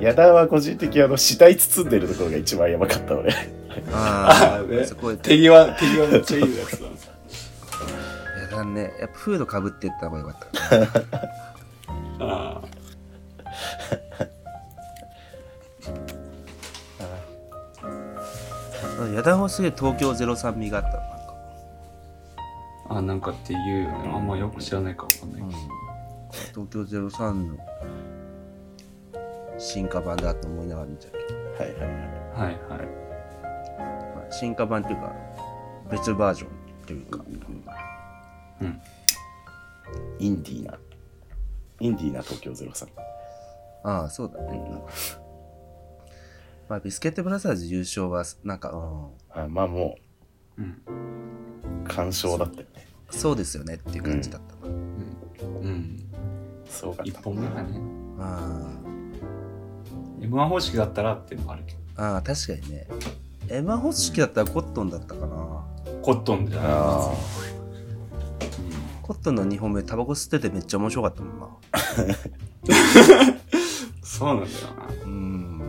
Speaker 4: 矢田は個人的にあの死体包んでるところが一番やばかった俺
Speaker 2: あ
Speaker 3: あ
Speaker 2: あ、
Speaker 3: ね
Speaker 2: そこで。
Speaker 3: 手
Speaker 2: い
Speaker 3: 際、手際めっちゃいいやつなんですよ。
Speaker 2: やだね。やっぱフードかぶってった方が良かった。
Speaker 3: あ
Speaker 2: うんやだはすげえ東京ゼロ三味があったのなんか
Speaker 3: ーあ、なんかっていうよね。あんまよく知らないかわかんないけど。
Speaker 2: 東京ゼロ三の進化版だと思いながら見ちゃうけど、
Speaker 4: はいはいはい
Speaker 3: はいはい。
Speaker 2: まあ進化版っていうか別バージョンっていうか、
Speaker 3: うん。
Speaker 4: インディーなインディーな東京ゼロさん
Speaker 2: ああそうだね、
Speaker 4: うん
Speaker 2: まあビスケットブラザーズ優勝はなんか、うん、
Speaker 4: あまあも
Speaker 3: うん。
Speaker 4: う完勝だったよね
Speaker 2: そうですよねっていう感じだったな、
Speaker 3: うん。
Speaker 4: そうかっ
Speaker 3: 一
Speaker 4: た
Speaker 3: 本目がね。
Speaker 2: あ
Speaker 3: M1 方式だったらっていうのもあるけ
Speaker 2: あああ確かにねエマ方式だったらコットンだったかな
Speaker 3: ど。コットンじゃない
Speaker 4: あ
Speaker 2: コットンの2本目タバコ吸っててめっちゃ面白かったもんな
Speaker 3: うんそうなんだよ
Speaker 2: うん
Speaker 3: な。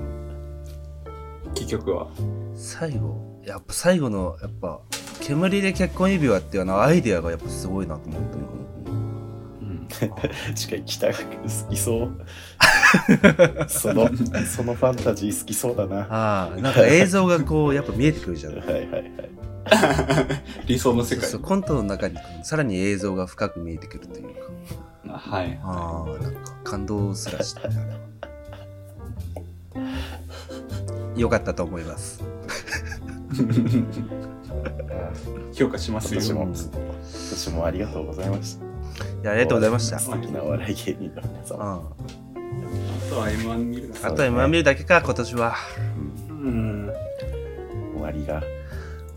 Speaker 3: 結局は。
Speaker 2: 最後やっぱ最後のやっぱ煙で結婚指輪っていうあのアイデアがやっぱすごいなと思ったの
Speaker 3: うん。
Speaker 4: あしかに北が好きそう そのそのファンタジー好きそうだなは
Speaker 2: ああなんか映像がこうやっぱ見えてくるじゃ
Speaker 4: い
Speaker 2: ない
Speaker 4: はいはい
Speaker 3: 理想の世
Speaker 2: そう
Speaker 3: 界。
Speaker 2: そうコントの中にこうさらに映像が深く見えてくるというか
Speaker 3: はい。
Speaker 2: ああなんか感動すらしたあれはよかったと思います
Speaker 3: 評価しますよ。
Speaker 4: 私も
Speaker 2: うん
Speaker 4: 私もありがとうございました
Speaker 2: いやありがとうございました
Speaker 4: 素敵なお笑い芸人の皆
Speaker 2: う
Speaker 4: 様
Speaker 2: ん
Speaker 3: あとは M1 見るな。
Speaker 2: あとは今見るだけか今年は
Speaker 3: うん。
Speaker 4: 終わりが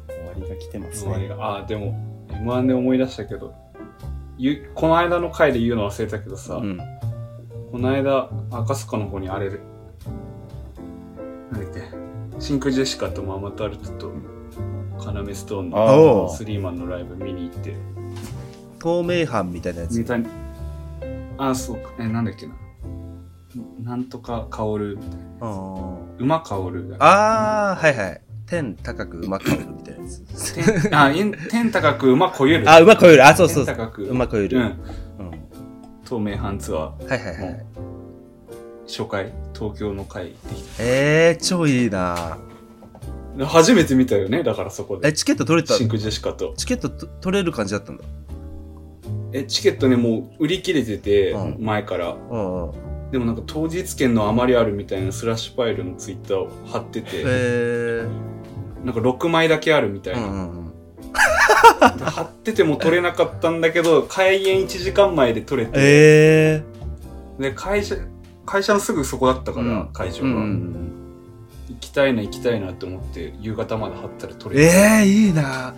Speaker 4: 終わりが来てます
Speaker 3: 終わり
Speaker 4: ね
Speaker 3: が。ああ、でも、M1 で思い出したけど、ゆこの間の回で言うの忘れたけどさ、
Speaker 2: うん
Speaker 3: この間、赤坂の方にあれ、なんだっけ、シンクジェシカとママタルトと、カナメストーンの
Speaker 4: あ
Speaker 2: お
Speaker 4: あ
Speaker 3: スリーマンのライブ見に行って、
Speaker 2: 透明版みたいなや
Speaker 3: ネ
Speaker 2: つ
Speaker 3: タに、ああ、そうか、え、なんだっけな。なんとか香る、
Speaker 2: うん
Speaker 3: 馬香るだっけ
Speaker 2: ああはいはい天高くうまくなるみたいなやつ
Speaker 3: 天 あ、えん天高く馬こゆる。
Speaker 2: あ、馬超える。あ、そうそう
Speaker 3: 天。高く
Speaker 2: 馬超える。
Speaker 3: う
Speaker 2: うん。
Speaker 3: ん。透明版ツアー、
Speaker 2: はいはいは
Speaker 3: も
Speaker 2: い。
Speaker 3: 初回、東京の回でき
Speaker 2: えー、超いいな
Speaker 3: た。初めて見たよね、だからそこ
Speaker 2: え、
Speaker 3: で。
Speaker 2: チケット取れた
Speaker 3: シンクジェシカと。
Speaker 2: チケットと取れる感じだったんだ。
Speaker 3: え、チケットね、もう売り切れてて
Speaker 2: う、ん
Speaker 3: 前から。
Speaker 2: うんうん。
Speaker 3: でもなんか当日券の余りあるみたいなスラッシュファイルのツイッターを貼って
Speaker 2: え
Speaker 3: て、
Speaker 2: ー、
Speaker 3: なんか6枚だけあるみたい
Speaker 2: うん
Speaker 3: な。
Speaker 2: うんうん。
Speaker 3: で貼ってても取れなかったんだけど、開演1時間前で取れて、
Speaker 2: え
Speaker 3: で、会社、会社のすぐそこだったか
Speaker 2: う
Speaker 3: ら
Speaker 2: ん、
Speaker 3: 会
Speaker 2: ー、
Speaker 3: 場
Speaker 2: うんう
Speaker 3: が。
Speaker 2: ん
Speaker 3: 行きたいな行きたいなって思って、夕方まで貼ったら
Speaker 2: う
Speaker 3: 取
Speaker 2: ん。
Speaker 3: れて。
Speaker 2: えー、いいな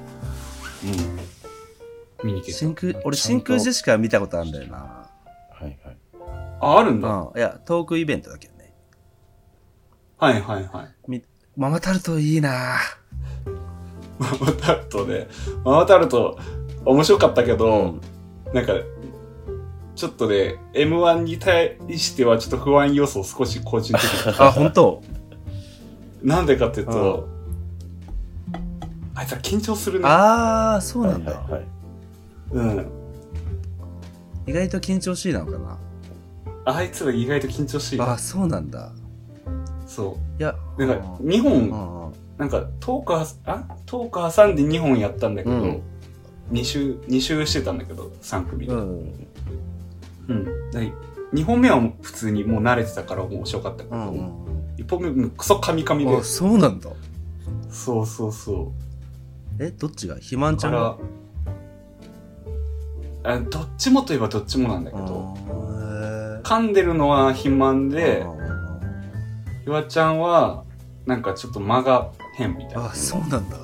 Speaker 3: うん。見に行けた。
Speaker 2: 真空、俺真空ジェシカ見たことあるんだよな
Speaker 4: はいはい
Speaker 3: あ、あるんだ。
Speaker 2: うん。いや、トークイベントだけどね。
Speaker 3: はいはいはい。
Speaker 2: ママタルトいいな
Speaker 3: ママタルトね。ママタルト、面白かったけど、なんか、ちょっとね、M1 に対してはちょっと不安要素を少し個人的 に。
Speaker 2: あ、本当
Speaker 3: なんでかっていうと、あいつは緊張するね。
Speaker 2: あー、そう
Speaker 4: は
Speaker 2: ないんだ。
Speaker 4: はい
Speaker 3: うん。
Speaker 2: 意外と緊張しいなのかな。
Speaker 3: あいつら意外と緊張しい。
Speaker 2: あー、そうなんだ。
Speaker 3: そ
Speaker 2: いや、
Speaker 3: う。なんか、日
Speaker 2: う
Speaker 3: 本
Speaker 2: んうん。
Speaker 3: なんかトークはあトーク挟んで2本やったんだけど、
Speaker 4: うん
Speaker 3: 2週2週してたんだけど3組で、
Speaker 2: う
Speaker 3: うん
Speaker 2: ん
Speaker 3: 2本目はもう普通にもう慣れてたから面白かったけ
Speaker 2: う
Speaker 3: ど、
Speaker 2: ん
Speaker 3: 一1本目もうクソカミカミ
Speaker 2: うん
Speaker 3: で
Speaker 2: あそうなんだ
Speaker 3: そうそうそう
Speaker 2: えどっちが肥満ちゃ
Speaker 3: か
Speaker 2: んが
Speaker 3: らあどっちもといえばどっちもなんだけど
Speaker 2: あ
Speaker 3: 噛んでるのは肥満
Speaker 2: ーへ
Speaker 3: で
Speaker 2: ー
Speaker 3: 岩ちゃんはなんかちょっと間が変みたい
Speaker 2: あ
Speaker 3: な
Speaker 2: あそうなんだ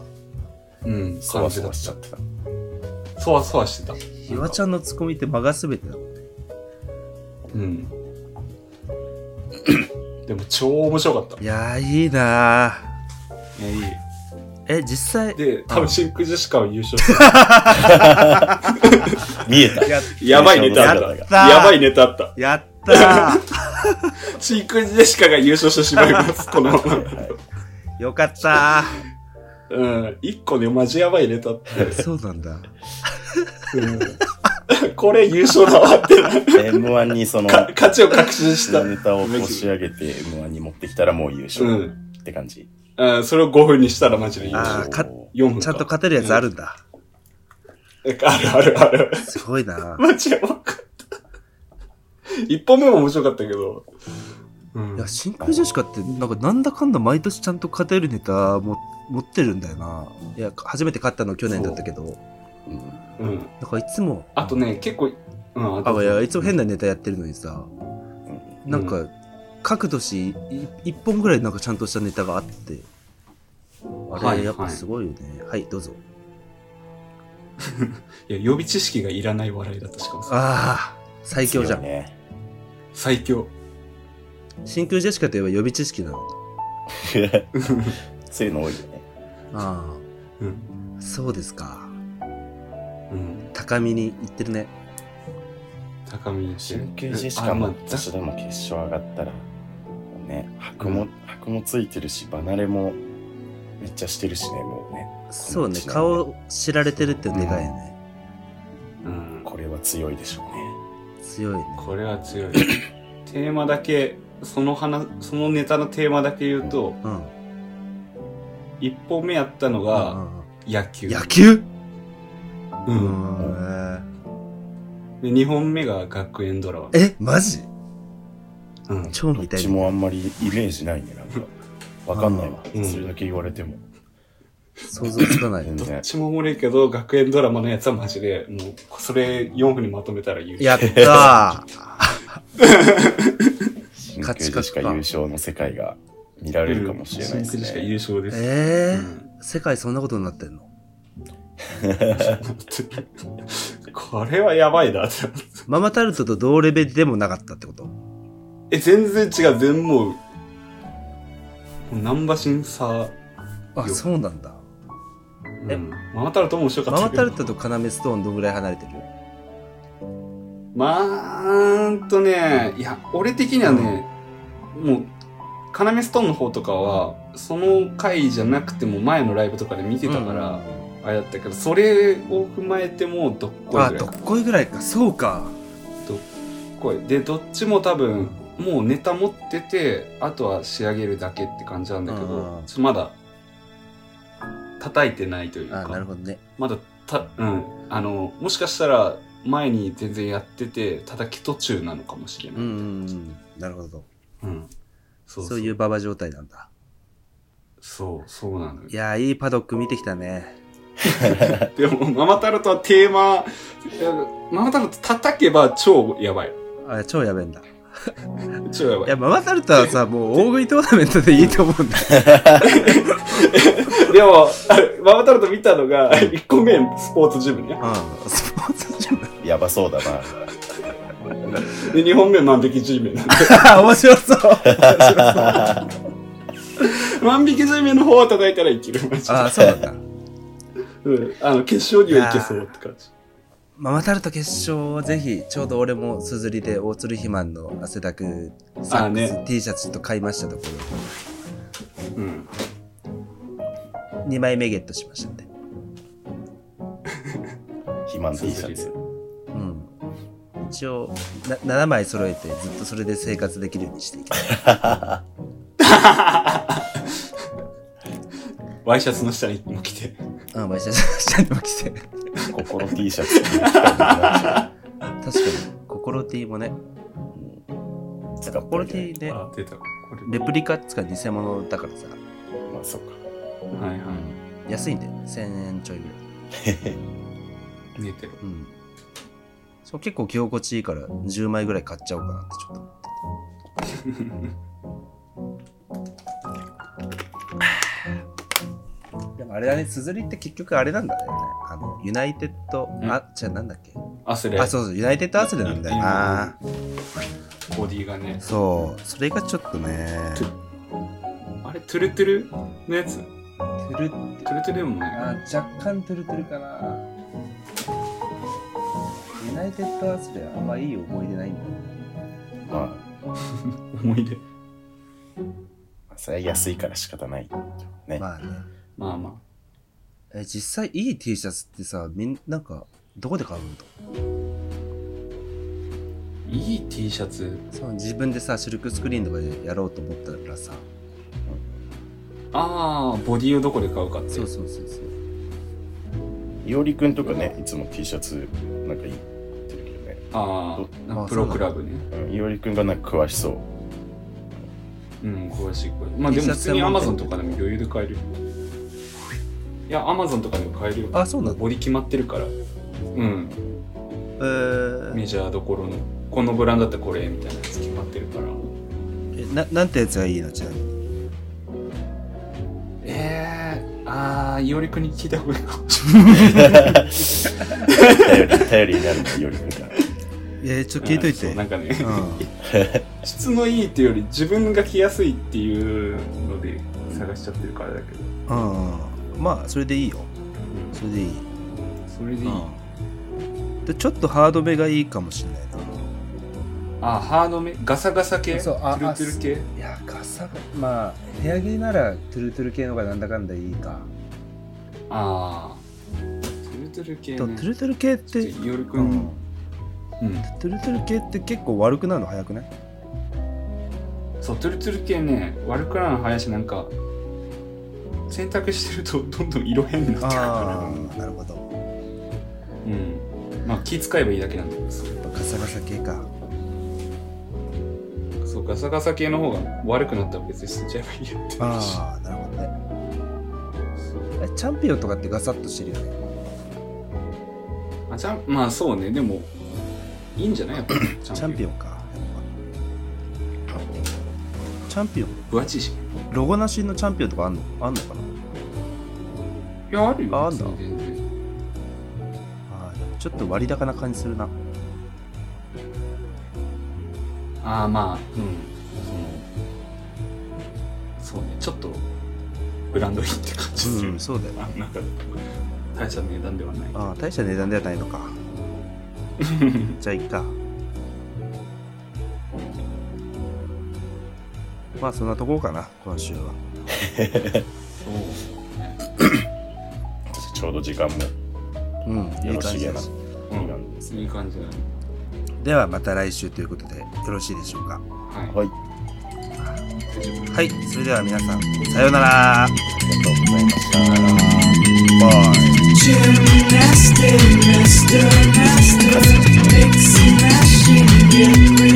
Speaker 3: うん
Speaker 4: そ
Speaker 3: 感
Speaker 4: わ
Speaker 3: じ
Speaker 4: そ
Speaker 3: だっ
Speaker 4: わ
Speaker 3: た
Speaker 4: しちゃってた。
Speaker 3: そわそわしてた
Speaker 2: ひわちゃんのツッコミって間が全てだもん
Speaker 3: うん。 でも超面白かった。
Speaker 2: いやーいいなー
Speaker 3: い
Speaker 2: え実際
Speaker 3: で、多分シンクジェシカは優勝した。
Speaker 4: 見えた。
Speaker 3: やばいネタあっ。
Speaker 4: やった
Speaker 2: た
Speaker 3: やばいネタあった。
Speaker 2: やったー
Speaker 3: シンクジェシカが優勝してしまいます、このまま。
Speaker 2: よかった
Speaker 3: うん。一個ね、マジやばいネタあっ
Speaker 2: ーそうなんだ
Speaker 3: た。 うんこれ優勝だわってな
Speaker 4: M1 にその、
Speaker 3: か勝ちを確信した。
Speaker 4: ネタをこし上げて M1 に持ってきたらもう優
Speaker 3: う
Speaker 4: 勝
Speaker 3: ん。
Speaker 4: って感じ。
Speaker 3: うん、それを5分にしたらマジで優
Speaker 2: あ
Speaker 3: 勝。
Speaker 2: ーか
Speaker 4: お
Speaker 3: 4分か。
Speaker 2: ちゃんと勝てるやつあるんだ
Speaker 3: あるあるある。
Speaker 2: すごいな
Speaker 3: マジやばかった。1本目も面白かったけど。うん
Speaker 2: いや、真空ジェシカって、なんか、なんだかんだ毎年ちゃんと勝てるネタも持ってるんだよな。いや、初めて勝ったのは去年だったけど、
Speaker 4: うん
Speaker 3: うん。
Speaker 2: なんかいつも、
Speaker 3: あとね、結構、うん、あ
Speaker 2: あ、
Speaker 3: と
Speaker 2: いや、いつも変なネタやってるのにさ、
Speaker 4: うん
Speaker 2: なんか、各年、い一本ぐらいなんかちゃんとしたネタがあって、あ
Speaker 3: は
Speaker 2: れ、
Speaker 3: い
Speaker 2: やっぱすごいよね。はい、どうぞ。
Speaker 3: いや、予備知識がいらない笑いだったしかもさ、
Speaker 2: ああ、最強じゃ
Speaker 4: 強
Speaker 2: ん。
Speaker 4: いね。
Speaker 3: 最強。
Speaker 2: 真空ジェシカといえば予備知識なの。
Speaker 4: そういうの多いよね。
Speaker 2: あ
Speaker 3: うん。
Speaker 2: あ、そうですか。
Speaker 3: うん。
Speaker 2: 高みに行ってるね。
Speaker 3: 高みにしてる
Speaker 4: 真空ジェシカ
Speaker 3: あ
Speaker 4: も
Speaker 3: まあざ
Speaker 4: 私でも決勝上がったら、ね、箔も、箔もついてるし、離れもめっちゃしてるしね、もうね。
Speaker 2: そうね、顔知られてるって願いね。
Speaker 3: うん。
Speaker 4: これは強いでしょうね。
Speaker 2: 強いね。
Speaker 3: これは強い。テーマだけ、その話、そのネタのテーマだけ言うと、
Speaker 2: うん。うん
Speaker 3: 一本目やったの
Speaker 2: う
Speaker 3: が、
Speaker 2: んうん
Speaker 3: 野球。
Speaker 2: 野球
Speaker 3: う。
Speaker 2: うんん
Speaker 3: で、二本目が学園ドラマ。
Speaker 2: えマジ
Speaker 3: うん。
Speaker 2: 超
Speaker 4: どっ
Speaker 2: みたい
Speaker 4: ち
Speaker 2: な
Speaker 4: もあんまりイメージないね、なんか。わかんないわ。
Speaker 3: うん
Speaker 4: それだけ言われても。
Speaker 2: 想像つかない
Speaker 4: 全
Speaker 3: どっ
Speaker 4: 然。
Speaker 3: ちもおもれえけど、学園ドラマのやつはマジで、もう、それ4分にまとめたら優勝。
Speaker 2: やったー
Speaker 4: 真空ジェシカ優勝の世界が見られるかもしれないです
Speaker 3: 真空ジェシカ
Speaker 4: ね。
Speaker 3: 優勝です。
Speaker 2: え
Speaker 3: う
Speaker 2: ー世界そんなことになってんの
Speaker 3: これはやばいなって。
Speaker 2: ママタルトと同レベルでもなかったってこと
Speaker 3: え、全然違う、全もう。もう難波審査。
Speaker 2: あそうなんだえ
Speaker 3: うん、ママタルトも面白かっ
Speaker 2: マ
Speaker 3: た
Speaker 2: マ
Speaker 3: けど。
Speaker 2: タルトと要ストーンどんぐらい離れてる
Speaker 3: まあ、うんとね、いや、俺的にはね、もう、カナメストーンの方とかは、その回じゃなくても前のライブとかで見てたから、あれだったけど、それを踏まえてもどっこいぐら
Speaker 2: あ
Speaker 3: い
Speaker 2: ど
Speaker 3: か
Speaker 2: っこいぐらいかそうか
Speaker 3: こい。で、どっちも多分、もうネタ持ってて、あとは仕上げるだけって感じなんだけど、
Speaker 2: うん
Speaker 3: ちょっとまだ、叩いてないという
Speaker 2: あ
Speaker 3: か、
Speaker 2: なるほどね
Speaker 3: まだた、うん、あの、もしかしたら、前に全然やってて、叩き途中なのかもしれな
Speaker 2: う
Speaker 3: い。
Speaker 2: んうんうんなるほど
Speaker 3: うんそうそ
Speaker 2: そうういう馬場状態なんだ
Speaker 3: そうそうなのよ
Speaker 2: いやーいいパドック見てきたね
Speaker 3: でもママタルトはテーマいやママタルト叩けば超やばい
Speaker 2: あ超やべえんだ
Speaker 3: 超やば
Speaker 2: い
Speaker 3: い
Speaker 2: やママタルトはさもう大食いトーナメントでいいと思 うんだ
Speaker 3: でもあれママタルト見たのが1個目スポーツジムね
Speaker 2: うんスポーツジム
Speaker 4: やばそうだな。
Speaker 3: で2本目万引き G メンなんで
Speaker 2: 面白そう
Speaker 3: 万引き G メンの方は叩いたらいけるマジで
Speaker 2: ああ、そうなんだ。
Speaker 3: うん、あの決勝にはいけそうって感じ
Speaker 2: ママタルト決勝はぜひ、ちょうど俺もすずりで大鶴肥満の汗だくサ
Speaker 3: あ
Speaker 2: ックス
Speaker 3: ね
Speaker 2: T シャツちょっと買いましたとこ
Speaker 3: うん
Speaker 2: ろ、2枚目ゲットしましたんで。
Speaker 4: 肥満 T シャツ。
Speaker 2: うん。一応、な7枚揃えてずっとそれで生活できるようにしていきます。
Speaker 3: ワイシャツの下にも着て。
Speaker 2: あ、ワイシャツ下にも着て。
Speaker 4: 心 T シャツ着て行きたいな
Speaker 2: 確かに、心 T もね。
Speaker 4: 使った
Speaker 2: 心
Speaker 4: わけない
Speaker 2: T ね、
Speaker 3: あ、出た。これ。
Speaker 2: レプリカっつうか偽物だからさ、
Speaker 4: まあそっか
Speaker 3: はいは
Speaker 2: 安いんだよね。1000円ちょいぐらい。
Speaker 3: い。見えてる。
Speaker 2: うん。そう結構着心地いいから10枚ぐらい買っちゃおうかなってちょっと思ってて。でもあれだね、綴りって結局あれなんだよね。あの、ユナイテッド、
Speaker 3: ん
Speaker 2: あ、じゃあなんだっけ
Speaker 3: アスレ、
Speaker 2: あ、そうそう、ユナイテッドアスレなんだよな。
Speaker 3: コーディがね。
Speaker 2: そう、それがちょっとね。
Speaker 3: あれ、トゥルトゥルのやつト
Speaker 2: トゥル
Speaker 3: ゥルトゥルでもない。
Speaker 2: あ若干トゥルトゥルかなユナイテッドアスレあんまいい思い出ないんだよ
Speaker 4: ま
Speaker 3: 思い出。
Speaker 4: あそれは安いから仕方ないね、
Speaker 2: まあね
Speaker 3: まあま
Speaker 2: え実際いい T シャツってさみんなんかどこで買うのと
Speaker 3: あ。いい T シャツ。
Speaker 2: そう自分でさシルクスクリーンとかでやろうと思ったらさ
Speaker 3: ああ、ボディをどこで買うかって。
Speaker 2: そうそうそうそう
Speaker 4: いおりくんとかねいつも T シャツなんかいいってるけどね
Speaker 3: あ
Speaker 4: ど
Speaker 3: あ、なん
Speaker 2: あ
Speaker 3: かプロクラブね。
Speaker 4: うんいおりくんがなんか詳しそう
Speaker 3: うん、詳しい詳しい。まあで
Speaker 2: T シ
Speaker 3: も
Speaker 2: ャ
Speaker 3: 普
Speaker 2: ツ
Speaker 3: 通に Amazon とかでも余裕で買えるよ。いや、Amazon とかでも買えるよ。
Speaker 2: あそうなんだ
Speaker 3: ボディ決まってるから。うん。
Speaker 2: えー
Speaker 3: メジャーどころのこのブランドだったらこれみたいなやつ決まってるから
Speaker 2: えななんてやつがいいのちなみに
Speaker 3: ええああいおりくんに聞いた方がいいかもし
Speaker 4: 頼り頼りになるのいおりくんが
Speaker 2: えー、ちょっと聞
Speaker 3: れ
Speaker 2: いといて
Speaker 3: そうなんかね、
Speaker 2: う
Speaker 3: 質のいいっていうより自分が着やすいっていうので探しちゃってるからだけど
Speaker 2: んうんうんまあそれでいいよそれでいい
Speaker 3: それでいい、
Speaker 2: うんでちょっとハードめがいいかもしれないな
Speaker 3: あーハードめガサガサ系
Speaker 2: そうあ
Speaker 3: トゥルトゥル系
Speaker 2: いやガサがまあ部屋着ならトゥルトゥル系の方がなんだかんだいいか、
Speaker 3: ああトゥルトゥル系、ね、
Speaker 2: とトゥルトゥル系っ
Speaker 3: ちょ
Speaker 2: て
Speaker 3: っといおりく、
Speaker 2: うんん
Speaker 3: うん、
Speaker 2: トゥルトゥル系って結構悪くなるの早くない
Speaker 3: そうトゥルトゥル系ね悪くなるの早いしなんか洗濯してるとどんどん色変になってくるから
Speaker 2: あなるほど
Speaker 3: うんまあ気使えばいいだけなんだけどそう
Speaker 2: ガサガサ系か
Speaker 3: そうガサガサ系の方が悪くなったら別に捨てちゃえばいいやってなるし
Speaker 2: ああなるほどねえチャンピオンとかってガサッとしてるよね
Speaker 3: あちゃんまあそうねでもいいんじゃないやっぱ
Speaker 2: チ
Speaker 3: チ
Speaker 2: ャンピ
Speaker 3: オン
Speaker 2: オンかやっぱチャンピオン
Speaker 3: 分厚いし
Speaker 2: ロゴなしのチャンピオンとかあんのあんのかない
Speaker 3: やあるよ
Speaker 2: ああんだ
Speaker 3: 別に全然
Speaker 2: あーでもちょっと割高な感じするな
Speaker 3: ああまあうんそのそうねちょっとブランドいいって感じする、
Speaker 2: そうだよ
Speaker 3: あなんか大した値段ではない
Speaker 2: ああ大した値段ではない のかじゃあいっかまあそんなところかな今週は
Speaker 3: そう
Speaker 4: ちょうど時間も
Speaker 2: うんい
Speaker 4: よ
Speaker 2: い
Speaker 4: ろ
Speaker 2: 感
Speaker 4: し
Speaker 2: じ
Speaker 4: げ
Speaker 2: で
Speaker 4: な
Speaker 2: す
Speaker 3: うんいい感じだね
Speaker 2: ではまた来週ということでよろしいでしょうか
Speaker 3: はい
Speaker 4: はい
Speaker 3: 大丈夫
Speaker 2: はいそれでは皆さんさようなら
Speaker 4: ありがとうございました
Speaker 2: バイ
Speaker 5: Gymnastic, master, master, big smashing, get real.